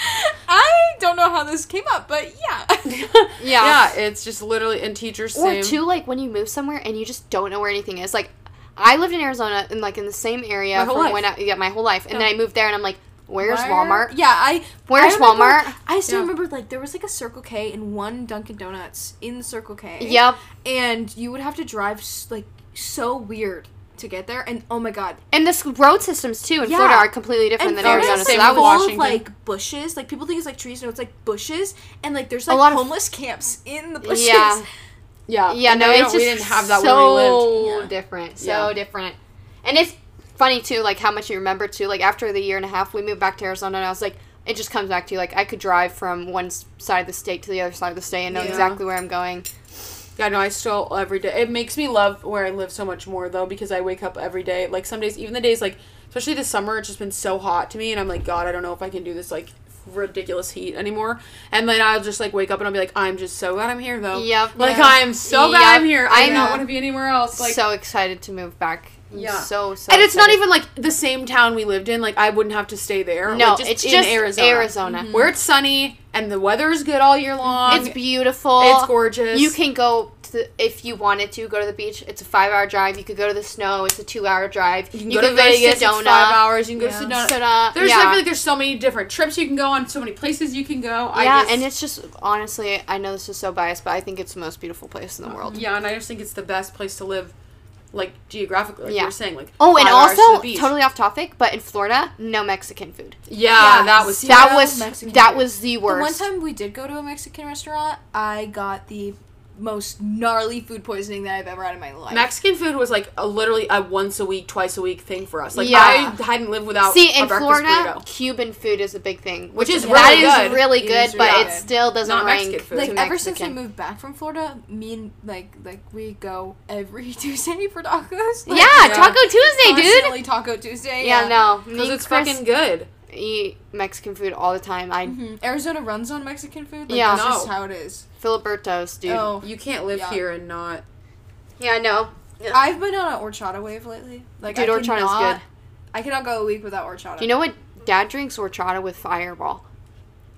S3: I don't know how this came up, but yeah."
S4: Yeah.
S2: yeah, it's just literally and teachers
S4: Or
S2: same.
S4: two, like when you move somewhere and you just don't know where anything is. Like, I lived in Arizona and like in the same area
S2: My whole
S4: from
S2: life.
S4: when I yeah my whole life, and then I moved there and I'm like, where's
S3: Where-
S4: Walmart?
S3: Yeah, I.
S4: Where's
S3: I remember-
S4: Walmart?
S3: I still
S2: Yeah.
S3: remember like there was like a Circle K and one Dunkin' Donuts in the Circle K.
S4: Yep.
S3: And you would have to drive s- like so weird to get there, and oh my god,
S4: And this road systems too in
S3: Yeah.
S4: Florida are completely different
S3: and
S4: than
S3: Florida
S2: Florida's
S4: Arizona.
S3: is
S4: So
S2: same
S4: that
S2: with
S4: was
S3: full
S2: Washington.
S3: of like bushes. Like people think it's like trees, no, it's like bushes, and like there's
S4: A
S3: like
S4: lot of-
S3: homeless camps in the bushes.
S4: Yeah.
S2: yeah,
S4: yeah.
S2: and
S4: No,
S2: they
S4: it's
S2: don't-
S4: just
S2: we didn't have that
S4: so
S2: where we lived.
S3: Yeah.
S4: different. So
S2: Yeah.
S4: different. And it's funny too, like how much you remember too. Like after the year and a half, we moved back to Arizona, and I was like, it just comes back to you. Like I could drive from one s- side of the state to the other side of the state and know
S2: Yeah.
S4: exactly where I'm going.
S2: Yeah, no, I still every day. It makes me love where I live so much more though because I wake up every day. Like some days, even the days like especially this summer, it's just been so hot to me, and I'm like, God, I don't know if I can do this like ridiculous heat anymore. And then I'll just like wake up and I'll be like, I'm just so glad I'm here though.
S4: Yep.
S2: Like
S4: Yeah.
S2: I'm so glad
S4: Yep.
S2: I'm here. I,
S4: I
S2: do
S4: know.
S2: not want to be anywhere else. Like
S4: so excited to move back.
S2: Yeah.
S4: So so.
S2: and it's not
S4: excited.
S2: even like the same town we lived in. Like I wouldn't have to stay there.
S4: No,
S2: like,
S4: it's just Arizona.
S2: where it's sunny and the weather is good all year long.
S4: It's beautiful.
S2: It's gorgeous.
S4: You can go to the, if you wanted to go to the beach. It's a five-hour drive. You could go to the snow. It's a two-hour drive. You
S2: You can go to Vegas. It's five hours. You can go to
S3: Yeah.
S2: Sedona.
S4: Sedona,
S2: There's
S4: yeah.
S2: I feel like there's so many different trips you can go on. So many places you can go. I
S4: yeah,
S2: just,
S4: and it's just honestly, I know this is so biased, but I think it's the most beautiful place in the world.
S2: yeah, and I just think it's the best place to live, like geographically. Like
S4: Yeah.
S2: you were saying, like
S4: Oh, and
S2: five hours to
S4: also
S2: the beach.
S4: totally off topic, but in Florida, no Mexican food.
S2: yeah,
S3: Yeah,
S2: that was
S3: zero
S4: that was
S3: Mexican
S4: that
S3: food.
S4: was the
S3: The
S4: worst.
S3: one time we did go to a Mexican restaurant, I got the most gnarly food poisoning that I've ever had in my life.
S2: Mexican food was like a, literally a once a week, twice a week thing for us. Like
S4: Yeah.
S2: I hadn't lived without
S4: See,
S2: a
S4: in
S2: breakfast
S4: Florida,
S2: burrito.
S4: Cuban food is a big thing,
S2: Which is
S4: that
S2: really
S4: is
S2: good.
S4: really
S3: It
S4: good,
S3: is
S4: but
S3: really
S4: it
S3: good.
S4: still doesn't
S2: Not
S4: rank.
S2: Mexican food.
S3: like
S4: to
S3: ever since we
S4: Mexican.
S3: moved back from Florida, me and like like we go every Tuesday for tacos. Like,
S4: Yeah, Taco Tuesday, dude.
S3: constantly Taco Tuesday.
S4: Yeah, no, me
S2: because
S4: and
S2: it's
S4: Chris
S2: fucking good.
S4: eat Mexican food all the time. I
S3: Mhm. Arizona runs on Mexican food. Like,
S4: Yeah.
S3: that's just
S2: No.
S3: how it is.
S4: Filibertos, dude.
S3: Oh,
S2: You can't live
S3: Yeah.
S2: here and not.
S4: Yeah, I know.
S3: I've been on an horchata wave lately. Like,
S4: Dude,
S3: I
S4: horchata's
S3: cannot-
S4: good.
S3: I cannot go a week without horchata.
S4: You know what? Dad drinks horchata with Fireball.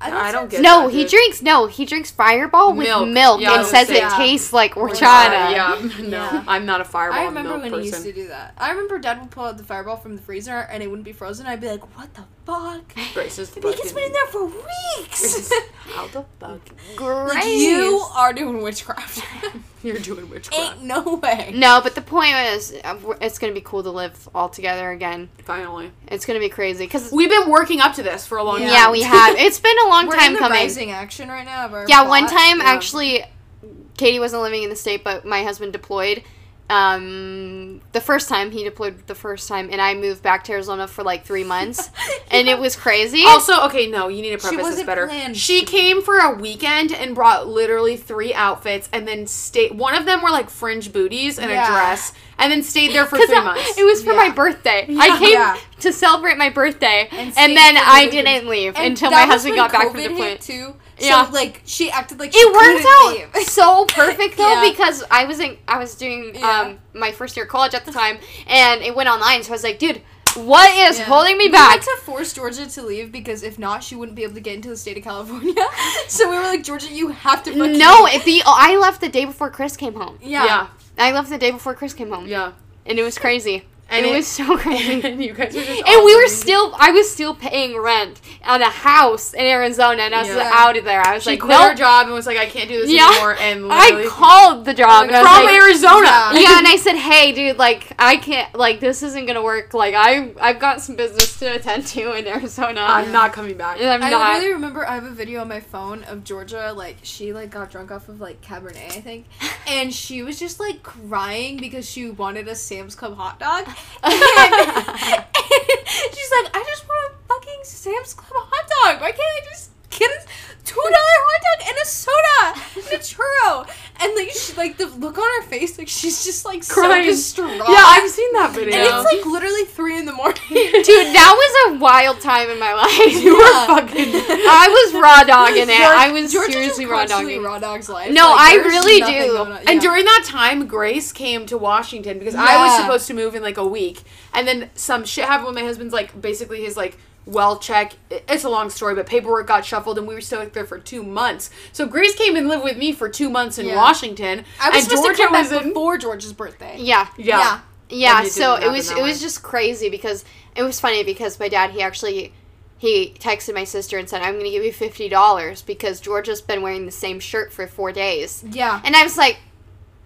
S2: No, I don't get
S4: No,
S2: that,
S4: he
S2: dude.
S4: drinks. No, he drinks Fireball with
S2: Milk.
S4: milk,
S2: Yeah, I
S4: and
S2: was
S4: says
S2: gonna
S4: it
S2: say, yeah.
S4: tastes like horchata.
S2: Yeah, no,
S3: Yeah.
S2: I'm not a fireball
S3: I remember
S2: milk
S3: when he
S2: person.
S3: used to do that. I remember Dad would pull out the fireball from the freezer and it wouldn't be frozen. I'd be like, "What the fuck?"
S2: Braces the
S3: Like, it's been
S2: fucking-
S3: in there for weeks.
S2: How the fuck?
S4: Gross.
S3: you are doing witchcraft.
S2: You're doing witchcraft.
S3: Ain't no way.
S4: No, but the point is, uh, we're- it's gonna be cool to live all together again.
S2: Finally.
S4: It's gonna be crazy because
S2: We've been working up to this for a long
S4: yeah,
S2: time.
S4: we have. It's been a long
S3: We're
S4: time
S3: in the
S4: coming.
S3: rising action right now. Of our
S4: Yeah, one
S3: plot.
S4: time
S2: yeah.
S4: actually, Katie wasn't living in the state, but my husband deployed. Um, the first time he deployed, the first time, and I moved back to Arizona for like three months, and it was crazy.
S3: Oh,
S2: Also, okay, no, you need to preface this
S3: wasn't
S2: better.
S3: planned.
S2: She came for a weekend and brought literally three outfits, and then stayed. One of them were like fringe booties and a
S3: Yeah.
S2: dress, and then stayed there for
S4: 'Cause
S2: three
S4: I-
S2: months.
S4: It was for my
S3: Yeah.
S4: birthday. I came
S3: Yeah.
S4: to celebrate my birthday, and,
S3: stayed
S4: then
S3: for the
S4: I
S3: weekend.
S4: didn't leave
S3: And
S4: until
S3: that
S4: my
S3: was
S4: husband
S3: when
S4: got back from
S3: COVID hit,
S4: deployment.
S3: too.
S4: Yeah.
S3: So like she acted like she
S4: it worked out
S3: couldn't leave.
S4: so perfect though
S3: Yeah.
S4: because I was in, I was doing
S3: Yeah.
S4: um, my first year of college at the time, and it went online. So I was like, dude, what is
S3: Yeah.
S4: holding me
S3: We had
S4: back?
S3: to force Georgia to leave because if not, she wouldn't be able to get into the state of California. so we were like, Georgia, you have to. fucking
S4: No,
S3: leave."
S4: it, the oh, I left the day before Chris came home.
S3: yeah.
S2: yeah,
S4: I left the day before Chris came home,
S2: yeah, yeah.
S4: and it was crazy.
S2: And
S4: it,
S2: it-
S4: was so crazy.
S2: And you guys were just.
S4: And we
S2: awesome.
S4: were still, I was still paying rent on a house in Arizona, and I was
S2: Yeah.
S4: like, out of there. I was
S2: She
S4: like,
S2: quit her
S4: no,
S2: job and was like, I can't do this
S4: Yeah.
S2: anymore. And
S4: I
S2: literally
S4: called the job. And I was
S2: from
S4: like,
S2: Arizona.
S3: Yeah.
S4: yeah, and I said, "Hey, dude, like I can't, like this isn't gonna work. Like I, I've got some business to attend to in Arizona,
S2: I'm not coming back.
S4: and I'm
S3: I
S4: not."
S3: literally remember I have a video on my phone of Georgia like she like got drunk off of like Cabernet I think, and she was just like crying because she wanted a Sam's Club hot dog. And- she's like, I just want a fucking Sam's Club hot dog. Why can't I just get a two dollar hot dog and a soda and a churro? And like she like the look on her face like she's just like
S2: Crying.
S3: so distraught.
S2: yeah, I've seen that video.
S3: and it's like literally three in the morning. Dude,
S4: dude, that was a wild time in my life.
S2: you
S3: yeah.
S2: were fucking.
S4: I was raw dogging it.
S3: George-
S4: I was
S3: Georgia just
S4: seriously raw
S3: constantly
S4: dogging.
S3: raw dogs life.
S2: Oh,
S4: No,
S3: Like,
S4: I
S3: there's
S4: really
S3: nothing
S4: do.
S3: going on-
S2: And
S3: yeah.
S2: during that time, Grace came to Washington because I was
S3: Yeah.
S2: supposed to move in like a week, and then some shit happened with my husband's like basically his like well check. i- It's a long story, but paperwork got shuffled, and we were stuck there for two months. So Grace came and lived with me for two months in
S3: Yeah.
S2: Washington,
S3: I was
S2: and
S3: supposed
S2: Georgia
S3: to come
S2: was
S3: back
S2: in.
S3: before George's birthday.
S4: Yeah,
S2: yeah.
S3: Yeah.
S4: yeah.
S2: And it
S4: So
S2: didn't
S4: it was,
S2: happen
S4: it
S2: that
S4: was
S2: way.
S4: just crazy because it was funny because my dad he actually. He texted my sister and said, "I'm gonna give you fifty dollars because Georgia's been wearing the same shirt for four days."
S3: Yeah.
S4: And I was like,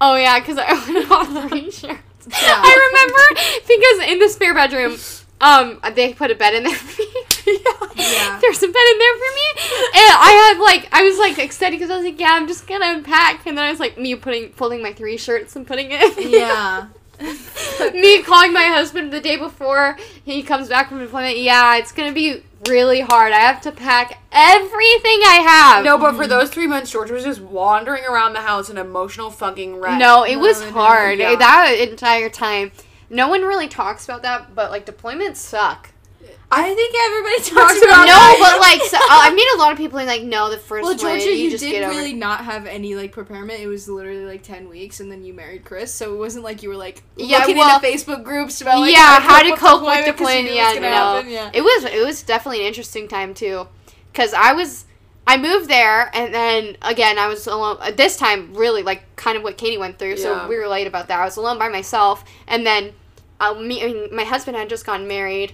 S4: oh yeah, because I ordered all three shirts.
S3: Yeah.
S4: I remember because in the spare bedroom, um, they put a bed in there for me.
S3: Yeah.
S4: There's a bed in there for me. And I had like, I was like excited because I was like, yeah, I'm just gonna unpack. And then I was like, me putting, folding my three shirts and putting it. in.
S3: Yeah.
S4: me calling my husband the day before he comes back from deployment. Yeah, it's gonna be really hard. I have to pack everything I have.
S2: No, but for
S3: Mm-hmm.
S2: those three months, Georgia was just wandering around the house, an emotional fucking wreck.
S4: No, it was
S3: it didn't.
S4: hard.
S2: Yeah.
S4: That entire time. No one really talks about that, but like deployments suck.
S3: I think everybody
S2: Talks
S3: talks
S2: about
S3: about
S4: No, but like so, uh, I mean, a lot of people are like, no, the first
S3: Well,
S4: one,
S3: Georgia,
S4: you,
S3: you,
S4: just
S3: did
S4: get over.
S3: really
S4: it.
S3: not have any like preparement. It was literally like ten weeks, and then you married Chris, so it wasn't like you were like
S4: Yeah,
S3: looking
S4: well-
S3: into Facebook groups about like
S4: yeah, how to cope with
S3: deployment 'cause you knew
S4: deployment? Yeah,
S3: what's
S4: no,
S3: gonna happen, yeah.
S4: it was it was definitely an interesting time too, because I was I moved there and then again I was alone. uh, This time, really like kind of what Katie went through,
S2: Yeah.
S4: so we relate about that. I was alone by myself, and then uh, me, I mean, my husband had just gotten married.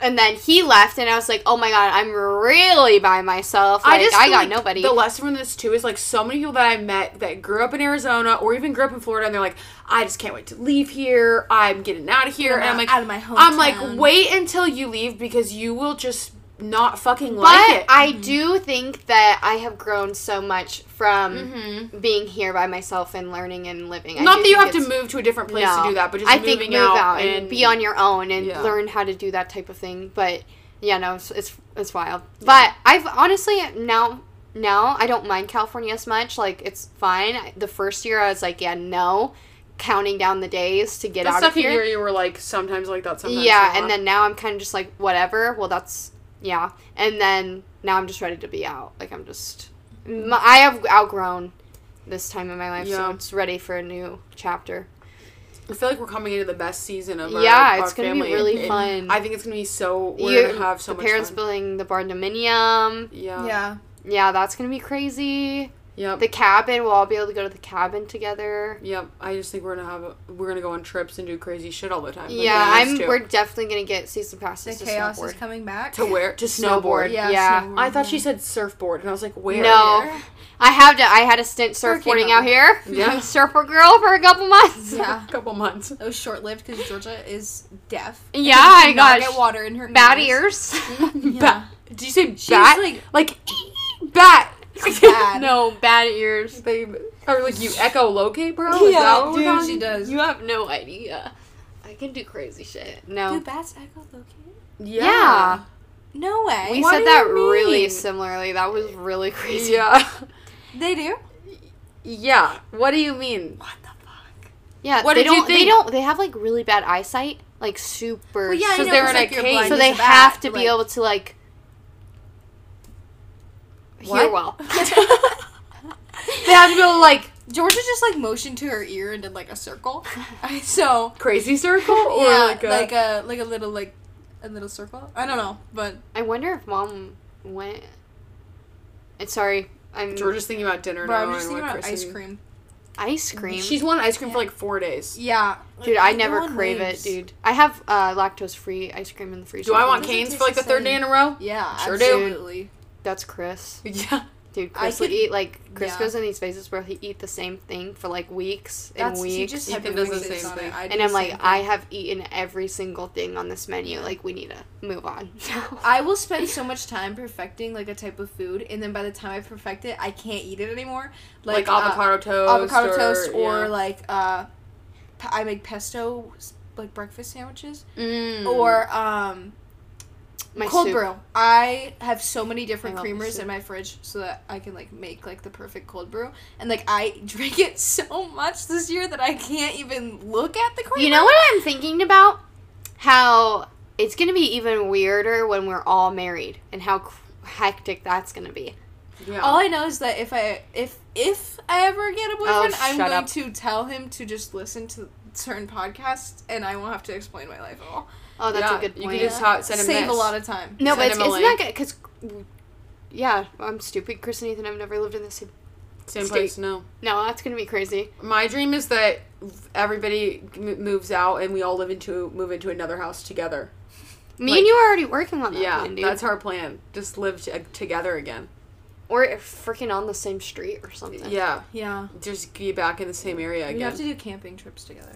S4: And then he left, and I was like, "Oh my god, I'm really by myself. Like, I just I
S2: feel
S4: got
S2: like
S4: nobody."
S2: The lesson from this too is like so many people that I met that grew up in Arizona or even grew up in Florida, and they're like, "I just can't wait to leave here. I'm getting out of here."
S3: Get
S2: and I'm
S3: out-
S2: like,
S3: out of my
S2: I'm
S3: hometown.
S2: like, wait until you leave because you will just not fucking
S4: but
S2: like it. Mm-hmm.
S4: I do think that I have grown so much from being here by myself and learning and living. I
S2: Mm-hmm. Not
S4: do
S2: that you
S4: think
S2: have to
S4: it's-
S2: move to a different place to do that, but just
S4: I
S2: moving
S4: think move out, and, be on your own and
S2: Yeah.
S4: learn how to do that type of thing. But yeah, no, it's it's, it's wild. But I've honestly now now I don't mind California as much. Like it's fine. I- The first year I was like, yeah, no, counting down the days to get
S2: The
S4: out of
S2: second
S4: here.
S2: year, you were like sometimes like that, sometimes
S4: yeah,
S2: not.
S4: and then now I'm kind of just like whatever. Well, that's yeah, and then now I'm just ready to be out. Like I'm just my, I have outgrown this time in my life,
S2: Yeah.
S4: so it's ready for a new chapter.
S2: I feel like we're coming into the best season of our,
S4: Yeah,
S2: our
S4: it's gonna be
S2: family.
S4: really
S2: It-
S4: fun.
S2: I think it's gonna be so. We're
S4: You-
S2: gonna have so
S4: the
S2: much
S4: parents
S2: fun.
S4: building the barndominium.
S2: yeah.
S3: Yeah.
S4: Yeah, that's gonna be crazy.
S2: Yep.
S4: The cabin. We'll all be able to go to the cabin together.
S2: Yep, I just think we're gonna have a, we're gonna go on trips and do crazy shit all the time. like
S4: Yeah,
S2: we
S4: I'm.
S2: used to.
S4: We're definitely gonna get season passes.
S3: The
S4: to
S3: chaos
S4: snowboard.
S3: is coming back.
S2: to where to snowboard.
S4: Snowboard.
S3: Yeah.
S4: Yeah.
S3: snowboard,
S2: I thought
S3: yeah.
S2: she said surfboard, and I was like, where?
S4: No, I have to. I had a stint
S3: Working
S4: surfboarding
S3: on
S4: out
S3: it.
S4: here.
S2: Yeah.
S4: I'm a surfer girl for a couple months.
S3: Yeah.
S2: a couple months.
S3: It was short lived because Georgia is deaf.
S4: Yeah,
S3: She
S4: I
S3: did not
S4: got
S3: get water in her
S4: Oh bad
S3: ears.
S4: ears.
S2: Bat. Did you say
S3: She's
S2: bat?
S3: like-
S2: like bat.
S3: Bad.
S4: no, bad ears.
S2: Babe, or like you echo locate, bro? Is that
S3: Yeah,
S2: what we're
S3: dude,
S2: calling
S3: she
S2: it?
S3: does.
S4: You have no idea. I can do crazy shit. No.
S3: Do Oh, bats echolocate?
S2: Yeah.
S4: yeah.
S3: No way.
S4: We
S2: What
S4: said
S2: do
S4: that
S2: you
S4: really
S2: mean?
S4: similarly. That was really crazy.
S2: Yeah.
S3: They do.
S2: Yeah. What do you mean?
S3: What the fuck?
S4: Yeah,
S2: What
S4: they
S2: did you
S4: don't. They
S2: think?
S4: don't. They have like really bad eyesight, like super.
S3: Well, yeah, I
S4: super-
S3: know,
S2: they're
S3: 'cause,
S2: in a
S3: you're
S2: cage.
S3: blind
S4: so
S3: as
S4: they
S3: a bat,
S4: have to
S3: but,
S4: be
S3: like-
S4: able to like hear
S2: What?
S4: well.
S2: They have to be able to, like
S3: Georgia just like motioned to her ear and did like a circle. so
S2: crazy circle or
S3: yeah,
S2: like a,
S3: like a like a little like a little circle. I don't know, but
S4: I wonder if mom went. And sorry, I'm
S2: We're just thinking about dinner
S3: bro,
S2: now.
S3: I'm just
S2: and
S3: thinking
S2: what
S3: about
S2: Kristen-
S3: ice cream.
S4: ice cream.
S2: She's wanted ice cream for like four days.
S3: Yeah,
S4: dude, I never crave
S3: lives.
S4: it, dude. I have uh, lactose-free ice cream in the freezer.
S2: Do I want
S3: doesn't
S2: canes
S3: taste
S2: for like
S3: the
S2: the third
S3: same.
S2: day in a row?
S3: Yeah,
S2: Sure do.
S3: absolutely.
S4: That's Chris,
S2: Yeah.
S4: dude.
S3: I
S4: Chris would
S3: could-
S4: eat like Chris
S3: yeah.
S4: goes in these phases where he eat the same thing for like weeks and
S3: That's he
S4: weeks.
S3: just
S2: Ethan
S3: had the
S2: does the
S3: weakest
S2: same
S3: on it.
S2: thing.
S3: I do
S4: and
S3: the
S4: I'm like,
S3: same
S4: I
S3: thing.
S4: have eaten every single thing on this menu. Like, we need to move on.
S3: I will spend so much time perfecting like a type of food, and then by the time I perfect it, I can't eat it anymore.
S2: Like,
S3: uh,
S2: avocado toast.
S3: avocado toast, or
S2: yeah.
S3: like uh, pe- I make pesto s- like breakfast sandwiches,
S2: Mm.
S3: or um,
S4: My
S3: cold
S4: soup.
S3: brew. I have so many different
S4: I love my
S3: creamers
S4: soup.
S3: in my fridge so that I can like make like the perfect cold brew, and like I drink it so much this year that I can't even look at the creamer.
S4: You know what I'm thinking about? How it's gonna be even weirder when we're all married, and how cr- hectic that's gonna be.
S2: Yeah.
S3: All I know is that if I if if I ever get a boyfriend, I'm
S4: Oh, shut
S3: going
S4: up.
S3: to tell him to just listen to certain podcasts, and I won't have to explain my life at all.
S4: Oh, that's
S2: yeah.
S4: a good
S2: You
S4: point.
S2: can just ha- send him
S3: Save a
S2: this.
S3: lot of time.
S4: no, but
S2: send
S4: it's,
S2: him a
S4: isn't that
S2: link.
S4: good? Because, yeah, I'm stupid. Chris and Ethan have never lived in the same.
S2: Same
S4: Steak.
S2: place, no.
S4: No, that's gonna be crazy.
S2: My dream is that everybody m- moves out and we all live into move into another house together.
S4: Me
S2: Like-
S4: and you are already working on that.
S2: yeah,
S4: plan, dude.
S2: that's our plan. Just live t- together again.
S4: or if freaking on the same street or something.
S2: Yeah,
S3: Yeah,
S2: just be back in the same area
S3: we have
S2: again.
S3: to do camping trips together.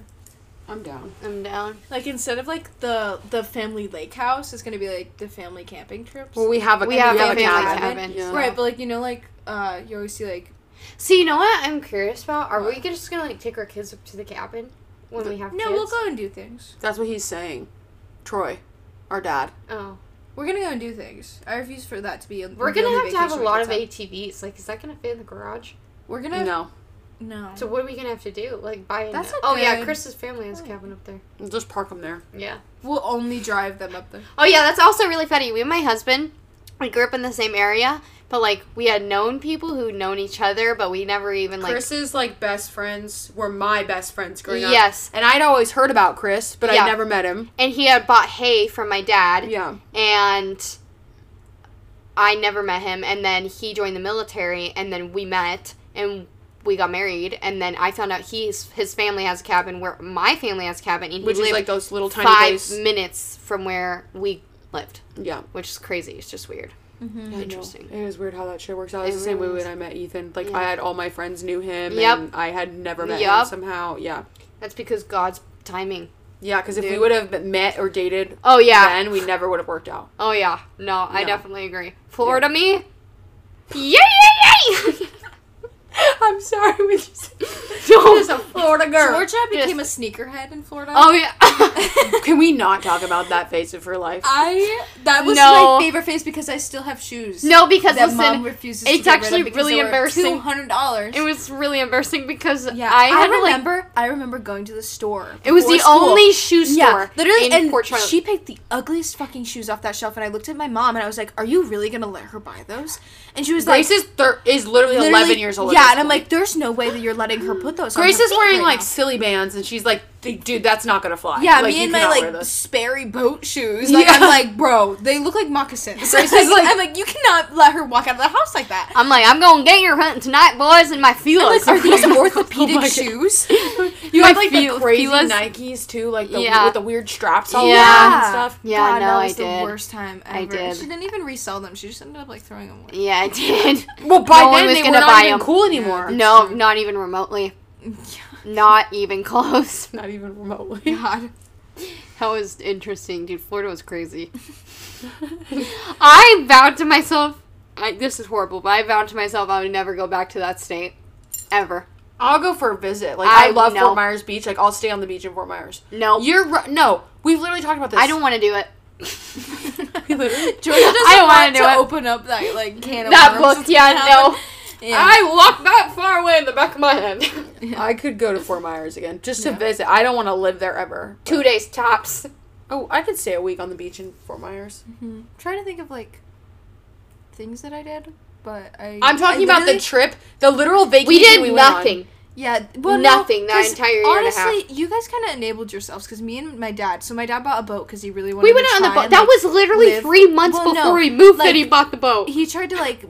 S2: I'm down.
S4: I'm down.
S3: Like instead of like the the family lake house, it's gonna be like the family camping trips.
S2: Well, we have a
S4: We have,
S3: we
S4: a
S3: have a
S4: family
S3: cabin.
S4: cabin.
S2: Yeah.
S3: Right, but like you know, like uh, you always see like
S4: See, you know what I'm curious about? Are we just gonna like take our kids up to the cabin when we have
S3: no,
S4: kids?
S3: we'll go and do things.
S2: That's what he's saying. Troy, our dad.
S4: Oh,
S3: We're gonna go and do things. I refuse for that to be. a-
S4: we're
S3: the
S4: gonna
S3: only
S4: have to have a
S3: vacation we
S4: lot of
S3: get to
S4: ATVs. Like, is that gonna fit in the garage?
S3: We're gonna
S2: No,
S3: no.
S4: So what are we gonna have to do? Like buy?
S3: That's
S4: an-
S3: a
S4: oh yeah,
S3: good
S4: Chris's family has a
S2: Oh.
S3: point.
S4: cabin up there.
S2: we'll just park him there.
S4: Yeah.
S3: We'll only drive them up there.
S4: Oh yeah, that's also really funny. We and my husband, we grew up in the same area, but like we had known people who'd known each other, but we never even like.
S2: Chris's like best friends were my best friends growing up.
S4: Yes.
S2: and I'd always heard about Chris, but
S4: Yeah.
S2: I never met him.
S4: and he had bought hay from my dad.
S2: Yeah,
S4: and I never met him. And then he joined the military, and then we met, and we got married. And then I found out he's his family has a cabin where my family has a cabin, and he
S2: which
S4: lived
S2: is like those little tiny
S4: five
S2: place.
S4: minutes from where we lived,
S2: Yeah.
S4: which is crazy. It's just weird.
S2: I know.
S4: Interesting.
S2: It is weird how that shit works out. It's
S4: It
S2: the same way
S4: really is.
S2: when I met Ethan. Like
S4: Yeah.
S2: I had all my friends knew him,
S4: Yep.
S2: and I had never met him
S4: Yup.
S2: somehow. Yeah,
S4: That's because God's timing.
S2: yeah. Because if we
S4: Dude.
S2: would have met or dated
S4: Oh yeah.
S2: then, we never would have worked out.
S4: Oh yeah. No, I
S2: No.
S4: definitely agree. Florida me. Yay! Yay! Yay!
S2: I'm sorry, we just
S4: Don't-
S2: a Florida girl.
S3: Georgia became a sneakerhead in Florida.
S4: oh yeah.
S2: Can we not talk about that phase of her life?
S3: I that was
S4: No.
S3: my favorite face because I still have shoes.
S4: no, because
S3: that
S4: listen,
S3: mom refuses.
S4: it's
S3: to get
S4: actually really embarrassing.
S3: Two hundred dollars.
S4: It was really embarrassing because
S3: Yeah,
S4: I had to, like
S3: remember. I remember going to the store.
S4: it was
S3: before
S4: the
S3: school.
S4: only shoe store
S3: Yeah, literally,
S4: in
S3: and
S4: Port Charlotte.
S3: she picked the ugliest fucking shoes off that shelf, and I looked at my mom, and I was like, "Are you really gonna let her buy those?" And she was
S2: Grace
S3: like,
S2: is thir- is literally,
S3: literally-
S2: eleven years old. at
S3: Yeah,
S2: this
S3: and I'm
S2: point.
S3: like, "There's no way that you're letting her put those." on
S2: Grace
S3: her
S2: is
S3: feet
S2: wearing
S3: right
S2: like
S3: now."
S2: silly bands, and she's like, th- dude, that's not gonna fly.
S3: Yeah,
S2: Like,
S3: me
S2: you
S3: and my
S2: cannot wear
S3: like
S2: this.
S3: Sperry boat shoes. Like I'm
S2: Yeah.
S3: like, bro, they look like moccasins.
S2: It's
S3: Like,
S2: like-
S3: I'm like, you cannot let her walk out of the house like that.
S4: I'm like, I'm going gator hunting tonight, boys, and my feelers.
S3: Like, are these
S2: Oh
S3: orthopedic
S2: my God.
S3: shoes?
S2: You
S4: My
S2: have like the
S4: feel-
S2: crazy
S4: feelers.
S2: Nikes too, like the,
S4: Yeah.
S2: with the weird straps all
S4: Yeah.
S2: around and stuff.
S4: Yeah,
S3: God,
S4: no,
S3: that
S4: I
S3: was the
S4: did.
S3: worst time ever.
S4: I did.
S3: She didn't even resell them. She just ended up like throwing them away.
S4: Yeah, I did.
S2: Well, by
S4: No one
S2: then
S4: was
S2: they were
S4: gonna
S2: not
S4: buy
S2: even
S4: 'em.
S2: cool anymore.
S4: no, not even remotely. Not even close.
S2: Not even remotely.
S3: God.
S4: That was interesting, dude. Florida was crazy. I vowed to myself, I, this is horrible, but I vowed to myself I would never go back to that state, ever.
S2: I'll go for a visit. Like I,
S4: I-
S2: love
S4: no.
S2: Fort Myers Beach. Like I'll stay on the beach in Fort Myers.
S4: No,
S2: You're ri- no. We've literally talked about this.
S4: I don't want to do it.
S2: We literally-
S3: Georgia doesn't
S4: don't wanna
S3: want
S4: do
S3: to
S4: it.
S3: open up that like can of
S4: that
S3: worms
S4: book,
S3: that's
S4: yeah,
S3: gonna
S4: no.
S3: happen. Yeah.
S4: I walked that far away in the back of my head.
S2: I could go to Fort Myers again just to visit. I don't want to live there ever.
S4: Two days tops.
S2: Oh, I could stay a week on the beach in Fort Myers.
S3: I'm trying to think of like things that I did, but I
S2: I'm talking
S3: I
S2: about the
S3: literally-
S2: trip, the literal vacation.
S4: We did
S2: went on.
S4: nothing.
S3: Yeah, th- well, no,
S4: Nothing that
S3: 'cause
S4: entire year and a half.
S3: Honestly, you guys kind of enabled yourselves because me and my dad. So my dad bought a boat because he really wanted.
S4: We went
S3: to
S4: out on the
S3: try
S4: boat.
S3: and,
S4: That
S3: like,
S4: was literally
S3: live-
S4: three months
S3: Well, no,
S4: before we moved
S3: like,
S4: that he bought the boat.
S3: He tried to like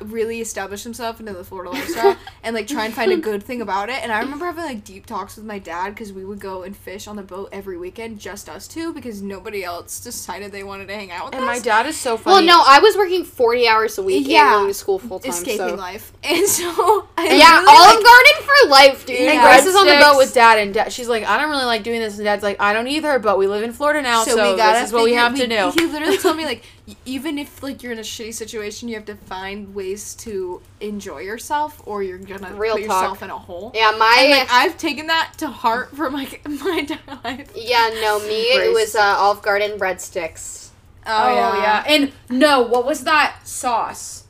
S3: really establish himself into the Florida lifestyle and like try and find a good thing about it. And I remember having like deep talks with my dad because we would go and fish on the boat every weekend, just us two, because nobody else decided they wanted to hang out with
S2: And
S3: us.
S2: my dad is so funny.
S4: well, no, I was working 40 hours a week
S3: Yeah.
S4: and going to school full time.
S3: escaping
S4: So.
S3: life, and so I
S4: Yeah,
S3: really,
S4: Olive
S3: like,
S4: Garden for life, dude.
S2: And
S3: Yeah.
S2: Grace is on the
S4: Breadsticks.
S2: boat with dad, and dad, she's like, I don't really like doing this. And dad's like, I don't either, but we live in Florida now, so, this is what we
S3: figure-
S2: have to do.
S3: He literally told me like, y- even if like you're in a shitty situation, you have to find ways to enjoy yourself, or you're gonna
S4: Real
S3: put yourself
S4: talk.
S3: in a hole.
S4: Yeah, my
S3: And, like I've taken that to heart for my my entire life.
S2: Oh,
S4: yeah no me it
S2: Grace.
S4: was uh, Olive Garden breadsticks.
S2: Oh, yeah. And no, what was that sauce?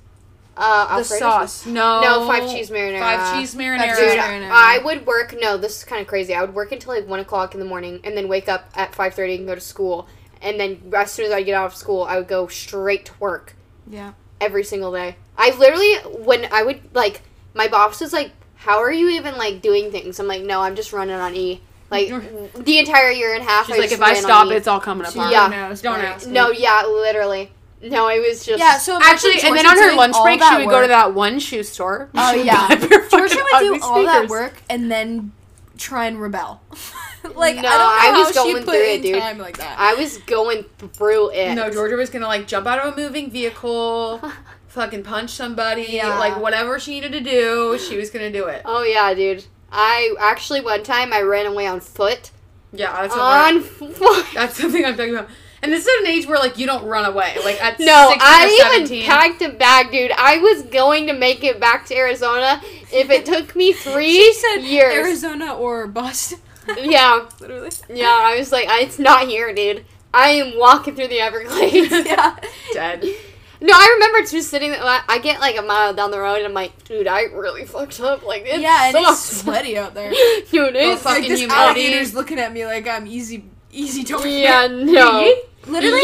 S4: Uh,
S2: The
S4: Alfredo's?
S2: sauce. No.
S4: No, five cheese marinara.
S2: Five cheese marinara.
S3: cheese
S4: Dude,
S3: marinara.
S4: I would work. No, this is kind of crazy. I would work until like one o'clock in the morning, and then wake up at five thirty and go to school. And then as soon as I get out of school, I would go straight to work
S3: Yeah.
S4: every single day. I literally when I would like my boss was like, "How are you even like doing things?" I'm like, "No, I'm just running on E." Like the entire year and a half.
S2: She's like,
S4: just
S2: if I
S4: ran on
S2: stop,
S4: E."
S2: it's E." all coming apart.
S4: Yeah.
S2: Don't ask.
S4: No, yeah, literally. No, it was just
S3: Yeah, so imagine
S2: Actually, and
S3: Georgia
S2: then on her
S3: doing
S2: lunch
S3: all
S2: break, she
S3: that
S2: would go to
S3: work.
S2: that one shoe store.
S3: Oh,
S2: She would
S3: yeah.
S2: buy a pair of
S3: Georgia
S2: fucking
S3: would
S2: ugly
S3: do all that
S2: sneakers.
S3: work and then try and rebel. like
S4: No,
S3: I
S4: I
S3: don't know
S4: was
S3: how she
S4: going
S3: put
S4: through it,
S3: in
S4: dude.
S3: time like that.
S4: I was going through it.
S2: No, Georgia was gonna like jump out of a moving vehicle, fucking punch somebody,
S3: Yeah.
S2: like whatever she needed to do, she was gonna do it.
S4: Oh yeah, dude. I actually one time I ran away on foot.
S2: Yeah, that's
S3: Oh,
S2: what
S4: On foot.
S2: That's something I'm talking about. And this is at an age where like you don't run away. Like at
S4: No,
S2: 16 or
S4: I even
S2: 17,
S4: packed a bag, dude. I was going to make it back to Arizona if it took me three
S3: she said
S4: years.
S3: Arizona or bust.
S4: Yeah,
S3: Literally.
S4: yeah. I was like, I, it's not here, dude. I am walking through the Everglades.
S3: Yeah.
S2: dead.
S4: No, I remember just sitting. I get like a mile down the road, and I'm like, dude, I really fucked up. Like, it
S3: yeah, and it's
S4: sucks.
S3: sweaty out there.
S4: dude, it's
S2: fuck
S3: like
S2: fucking
S3: this
S2: humidity.
S3: alligator's looking at me like I'm easy, easy target.
S4: yeah, no.
S3: Literally,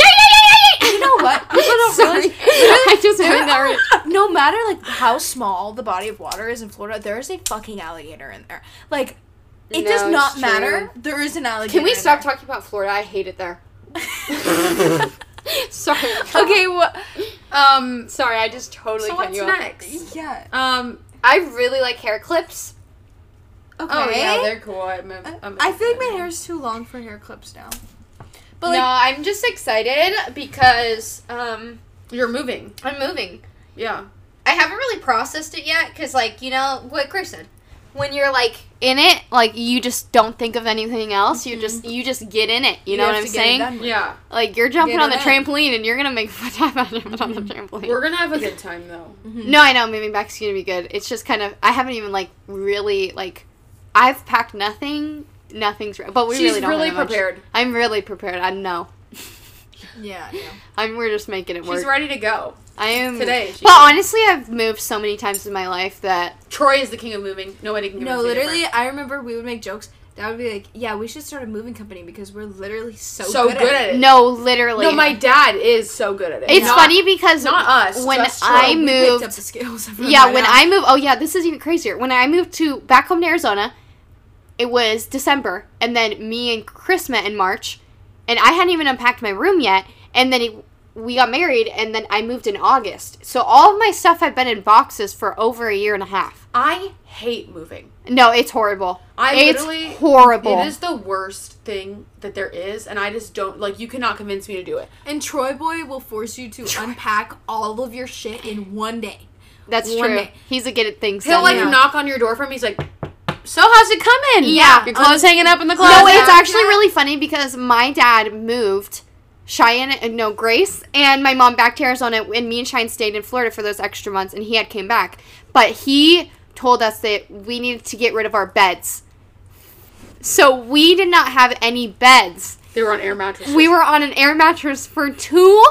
S4: You know
S3: what? People don't
S4: Sorry.
S3: realize-
S4: I just heard that. Right.
S3: no matter like how small the body of water is in Florida, there is a fucking alligator in there. Like, it
S4: No,
S3: does not
S4: it's
S3: matter.
S4: true.
S3: There is an alligator.
S4: Can we
S3: in
S4: stop
S3: there.
S4: talking about Florida? I hate it there. Sorry.
S3: Okay, what?
S2: Um
S4: Sorry, I just totally
S2: so
S4: cut
S2: what's
S4: you off.
S2: next?
S3: Yeah.
S2: Um
S4: I really like hair clips.
S3: Okay.
S2: oh yeah, they're cool. I'm, I'm, I'm
S3: I feel like my hair is too long for hair clips now. But
S4: no,
S3: like,
S4: I'm just excited because um
S2: You're moving.
S4: I'm moving.
S2: Yeah.
S4: I haven't really processed it yet because, like, you know what Chris said. When you're like in it, like you just don't think of anything else. You just you just get in it. You, know what
S3: have
S4: I'm
S3: to get it
S4: saying?
S3: done with.
S2: Yeah.
S4: Like you're jumping
S3: Get
S4: on the
S3: it done.
S4: trampoline and you're gonna make fun time out of it on the trampoline.
S2: We're gonna have a good time though.
S4: No, I know moving back's gonna be good. It's just kind of I haven't even like really like I've packed nothing. Nothing's re- but we
S2: She's
S4: really don't
S2: really
S4: have that much.
S2: prepared.
S4: I'm really prepared. I know.
S3: Yeah. yeah.
S4: I'm we're just making it work.
S2: She's ready to go.
S4: I am
S2: Today, she-
S4: But honestly, I've moved so many times in my life that
S2: Troy is the king of moving. Nobody can.
S3: No, literally, I remember we would make jokes. That would be like, yeah, we should start a moving company because we're literally so,
S2: So
S3: good,
S2: good
S3: at it.
S2: at it.
S4: no, literally.
S2: Uh, No, my dad is so good at it.
S4: It's
S2: Not-
S4: funny because
S2: not us,
S4: when
S2: just
S4: I
S2: Troy.
S3: We picked up
S4: moved
S3: the scales.
S4: Yeah, when I moved, oh yeah, this is even crazier. When I moved to back home to Arizona, It was December, and then me and Chris met in March, and I hadn't even unpacked my room yet. And then it, we got married, and then I moved in August. So all of my stuff had been in boxes for over a year and a half.
S2: I hate moving.
S4: No, it's horrible.
S2: I
S4: it's
S2: literally
S4: horrible.
S2: It is the worst thing that there is, and I just don't like. You cannot convince me to do it.
S3: And Troy Boy will force you to unpack all of your shit in one day.
S4: That's
S3: one
S4: true.
S3: day.
S4: He's a good at things.
S2: He'll
S4: done,
S2: like
S4: yeah.
S2: knock on your door from. He's like, "So how's it coming?
S4: Yeah.
S2: your clothes hanging up in the closet."
S4: No, it's
S2: Yeah.
S4: actually really funny because my dad moved Cheyenne, uh, no Grace, and my mom back to Arizona, and me and Cheyenne stayed in Florida for those extra months, and he had came back, but he told us that we needed to get rid of our beds. So we did not have any beds.
S2: They were on air mattresses.
S4: We were on an air mattress for two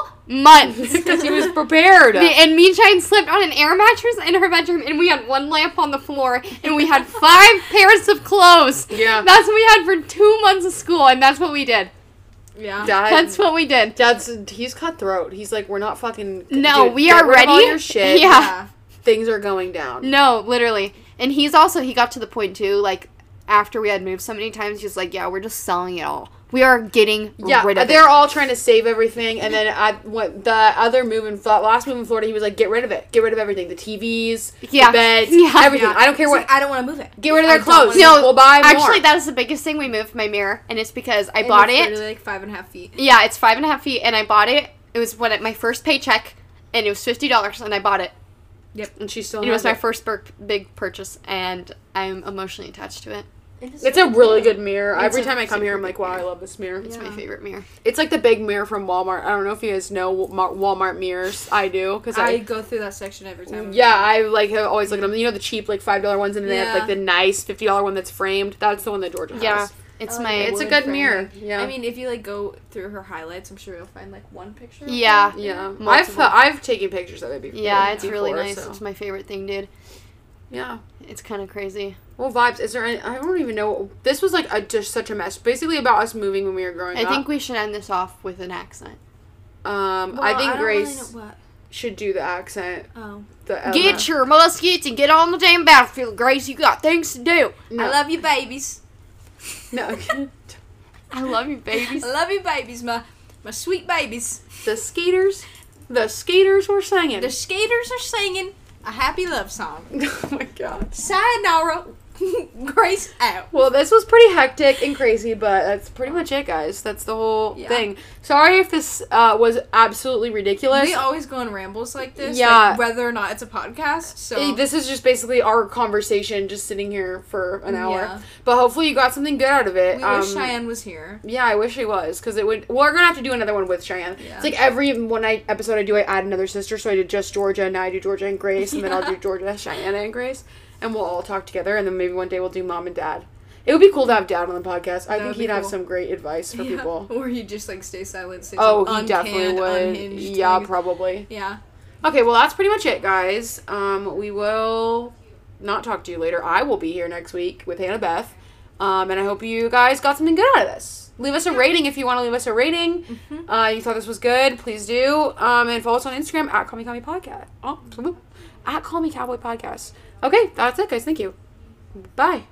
S4: months.
S2: because he was prepared.
S4: Me- And me and Shine slept on an air mattress in her bedroom, and we had one lamp on the floor, and we had five pairs of clothes.
S2: Yeah.
S4: That's what we had for two months of school, and that's what we did.
S3: Yeah.
S2: Dad,
S4: That's what we did.
S2: Dad's he's cutthroat. He's like, we're not fucking.
S4: No,
S2: dude,
S4: we
S2: get
S4: are
S2: rid of
S4: ready.
S2: all your shit.
S4: Yeah.
S2: things are going down.
S4: No, literally. And he's also, he got to the point too, like, after we had moved so many times, he's like, yeah, we're just selling it all. We are getting
S2: Yeah,
S4: rid of
S2: they're
S4: it.
S2: all trying to save everything, and then I went the other move in Flo- last move in Florida. He was like, "Get rid of it, get rid of everything, the TVs,
S4: Yeah.
S2: the beds,
S4: Yeah.
S2: everything.
S3: Yeah.
S2: I don't care
S3: It's
S2: what.
S3: like, I don't want to move it.
S2: get rid of their
S3: I don't
S2: clothes.
S3: wanna-
S4: No,
S2: we'll buy more."
S4: Actually, that was the biggest thing. We moved my mirror, and it's because I
S3: And
S4: bought
S3: it's
S4: it.
S3: Literally like five and a half feet.
S4: Yeah, it's five and a half feet, and I bought it. It was when it, my first paycheck, and it was fifty dollars, and I bought it.
S2: and she still.
S4: And it was
S2: has
S4: my first bir- big purchase, and I'm emotionally attached to it.
S2: It's a really good mirror.
S4: It's
S2: Every
S4: a
S2: time I come
S4: super
S2: here, I'm
S4: good
S2: like, "Wow, I
S4: mirror.
S2: love this mirror."
S4: It's my favorite mirror.
S2: It's like the big mirror from Walmart. I don't know if you guys know Wa- Walmart mirrors. I do because
S3: I
S2: I.
S3: go through that section every time.
S2: Yeah, I like have always look at them. You know the cheap like five dollar ones, and then they have
S3: Yeah.
S2: like the nice fifty dollar one that's framed. That's the one that Georgia
S4: Yeah,
S2: has.
S4: it's
S3: I like
S4: my.
S3: it.
S2: It's a
S3: Wood
S2: good
S3: framing.
S2: mirror. Yeah,
S3: I mean, if you like go through her highlights, I'm sure you'll find like one picture. of
S4: Yeah.
S3: her.
S2: Yeah,
S4: Multiple.
S2: I've uh, I've taken pictures of it before.
S4: Yeah, it's really
S2: before,
S4: nice.
S2: so-
S4: It's my favorite thing, dude.
S2: Yeah,
S4: It's kind of crazy.
S2: well, vibes. Is there? Any, I don't even know. This was like a, just such a mess. Basically about us moving when we were growing
S4: I
S2: up.
S4: think we should end this off with an accent.
S2: Um,
S3: Well,
S2: I think
S3: don't really
S2: Grace
S3: know what.
S2: should do the accent.
S3: Oh.
S2: The
S4: Get your muskets and get on the damn battlefield, Grace. You got things to do.
S2: no,
S3: I love you, babies.
S2: no.
S4: I love you, babies.
S3: I love you, babies, my my sweet babies.
S2: the skaters. The skaters were singing.
S3: The skaters are singing a happy love song.
S2: oh my god.
S3: Sayonara, Grace out.
S2: Well, this was pretty hectic and crazy, but that's pretty much it, guys. That's the whole
S3: Yeah.
S2: thing. Sorry if this uh, was absolutely ridiculous.
S3: We always go on rambles like this, yeah.
S2: Yeah.
S3: Like, whether or not it's a podcast. So
S2: Hey, This is just basically our conversation, just sitting here for an hour.
S3: Yeah.
S2: But hopefully, you got something good out of it.
S3: we
S2: Um,
S3: wish Cheyenne was here.
S2: Yeah, I wish he was because it would. We're gonna have to do another one with Cheyenne.
S3: Yeah.
S2: It's like every one I episode I do, I add another sister. So I did just Georgia, and now I do Georgia and Grace, and then I'll do Georgia, Cheyenne, and Grace, and we'll all talk together. And then maybe one day we'll do mom and dad. It would be cool to have dad on the podcast. I
S3: That
S2: think
S3: would be
S2: he'd have
S3: cool.
S2: some great advice for
S3: Yeah.
S2: people.
S3: Or you just like stay silent. Stay
S2: Oh, he
S3: silent.
S2: definitely
S3: Uncanned,
S2: would.
S3: unhinged,
S2: Yeah,
S3: like-
S2: probably.
S3: yeah.
S2: Okay, well that's pretty much it, guys. Um, we will not talk to you later. I will be here next week with Hannah Beth. Um, and I hope you guys got something good out of this. Leave us a rating if you want to leave us a rating.
S3: Mm-hmm.
S2: Uh, you thought this was good, please do. Um, and follow us on Instagram at Call Me Call Me
S3: Mm-hmm.
S2: Podcast. Oh, at Call Me Cowboy Podcast. Okay, that's it, guys. Thank you. Bye.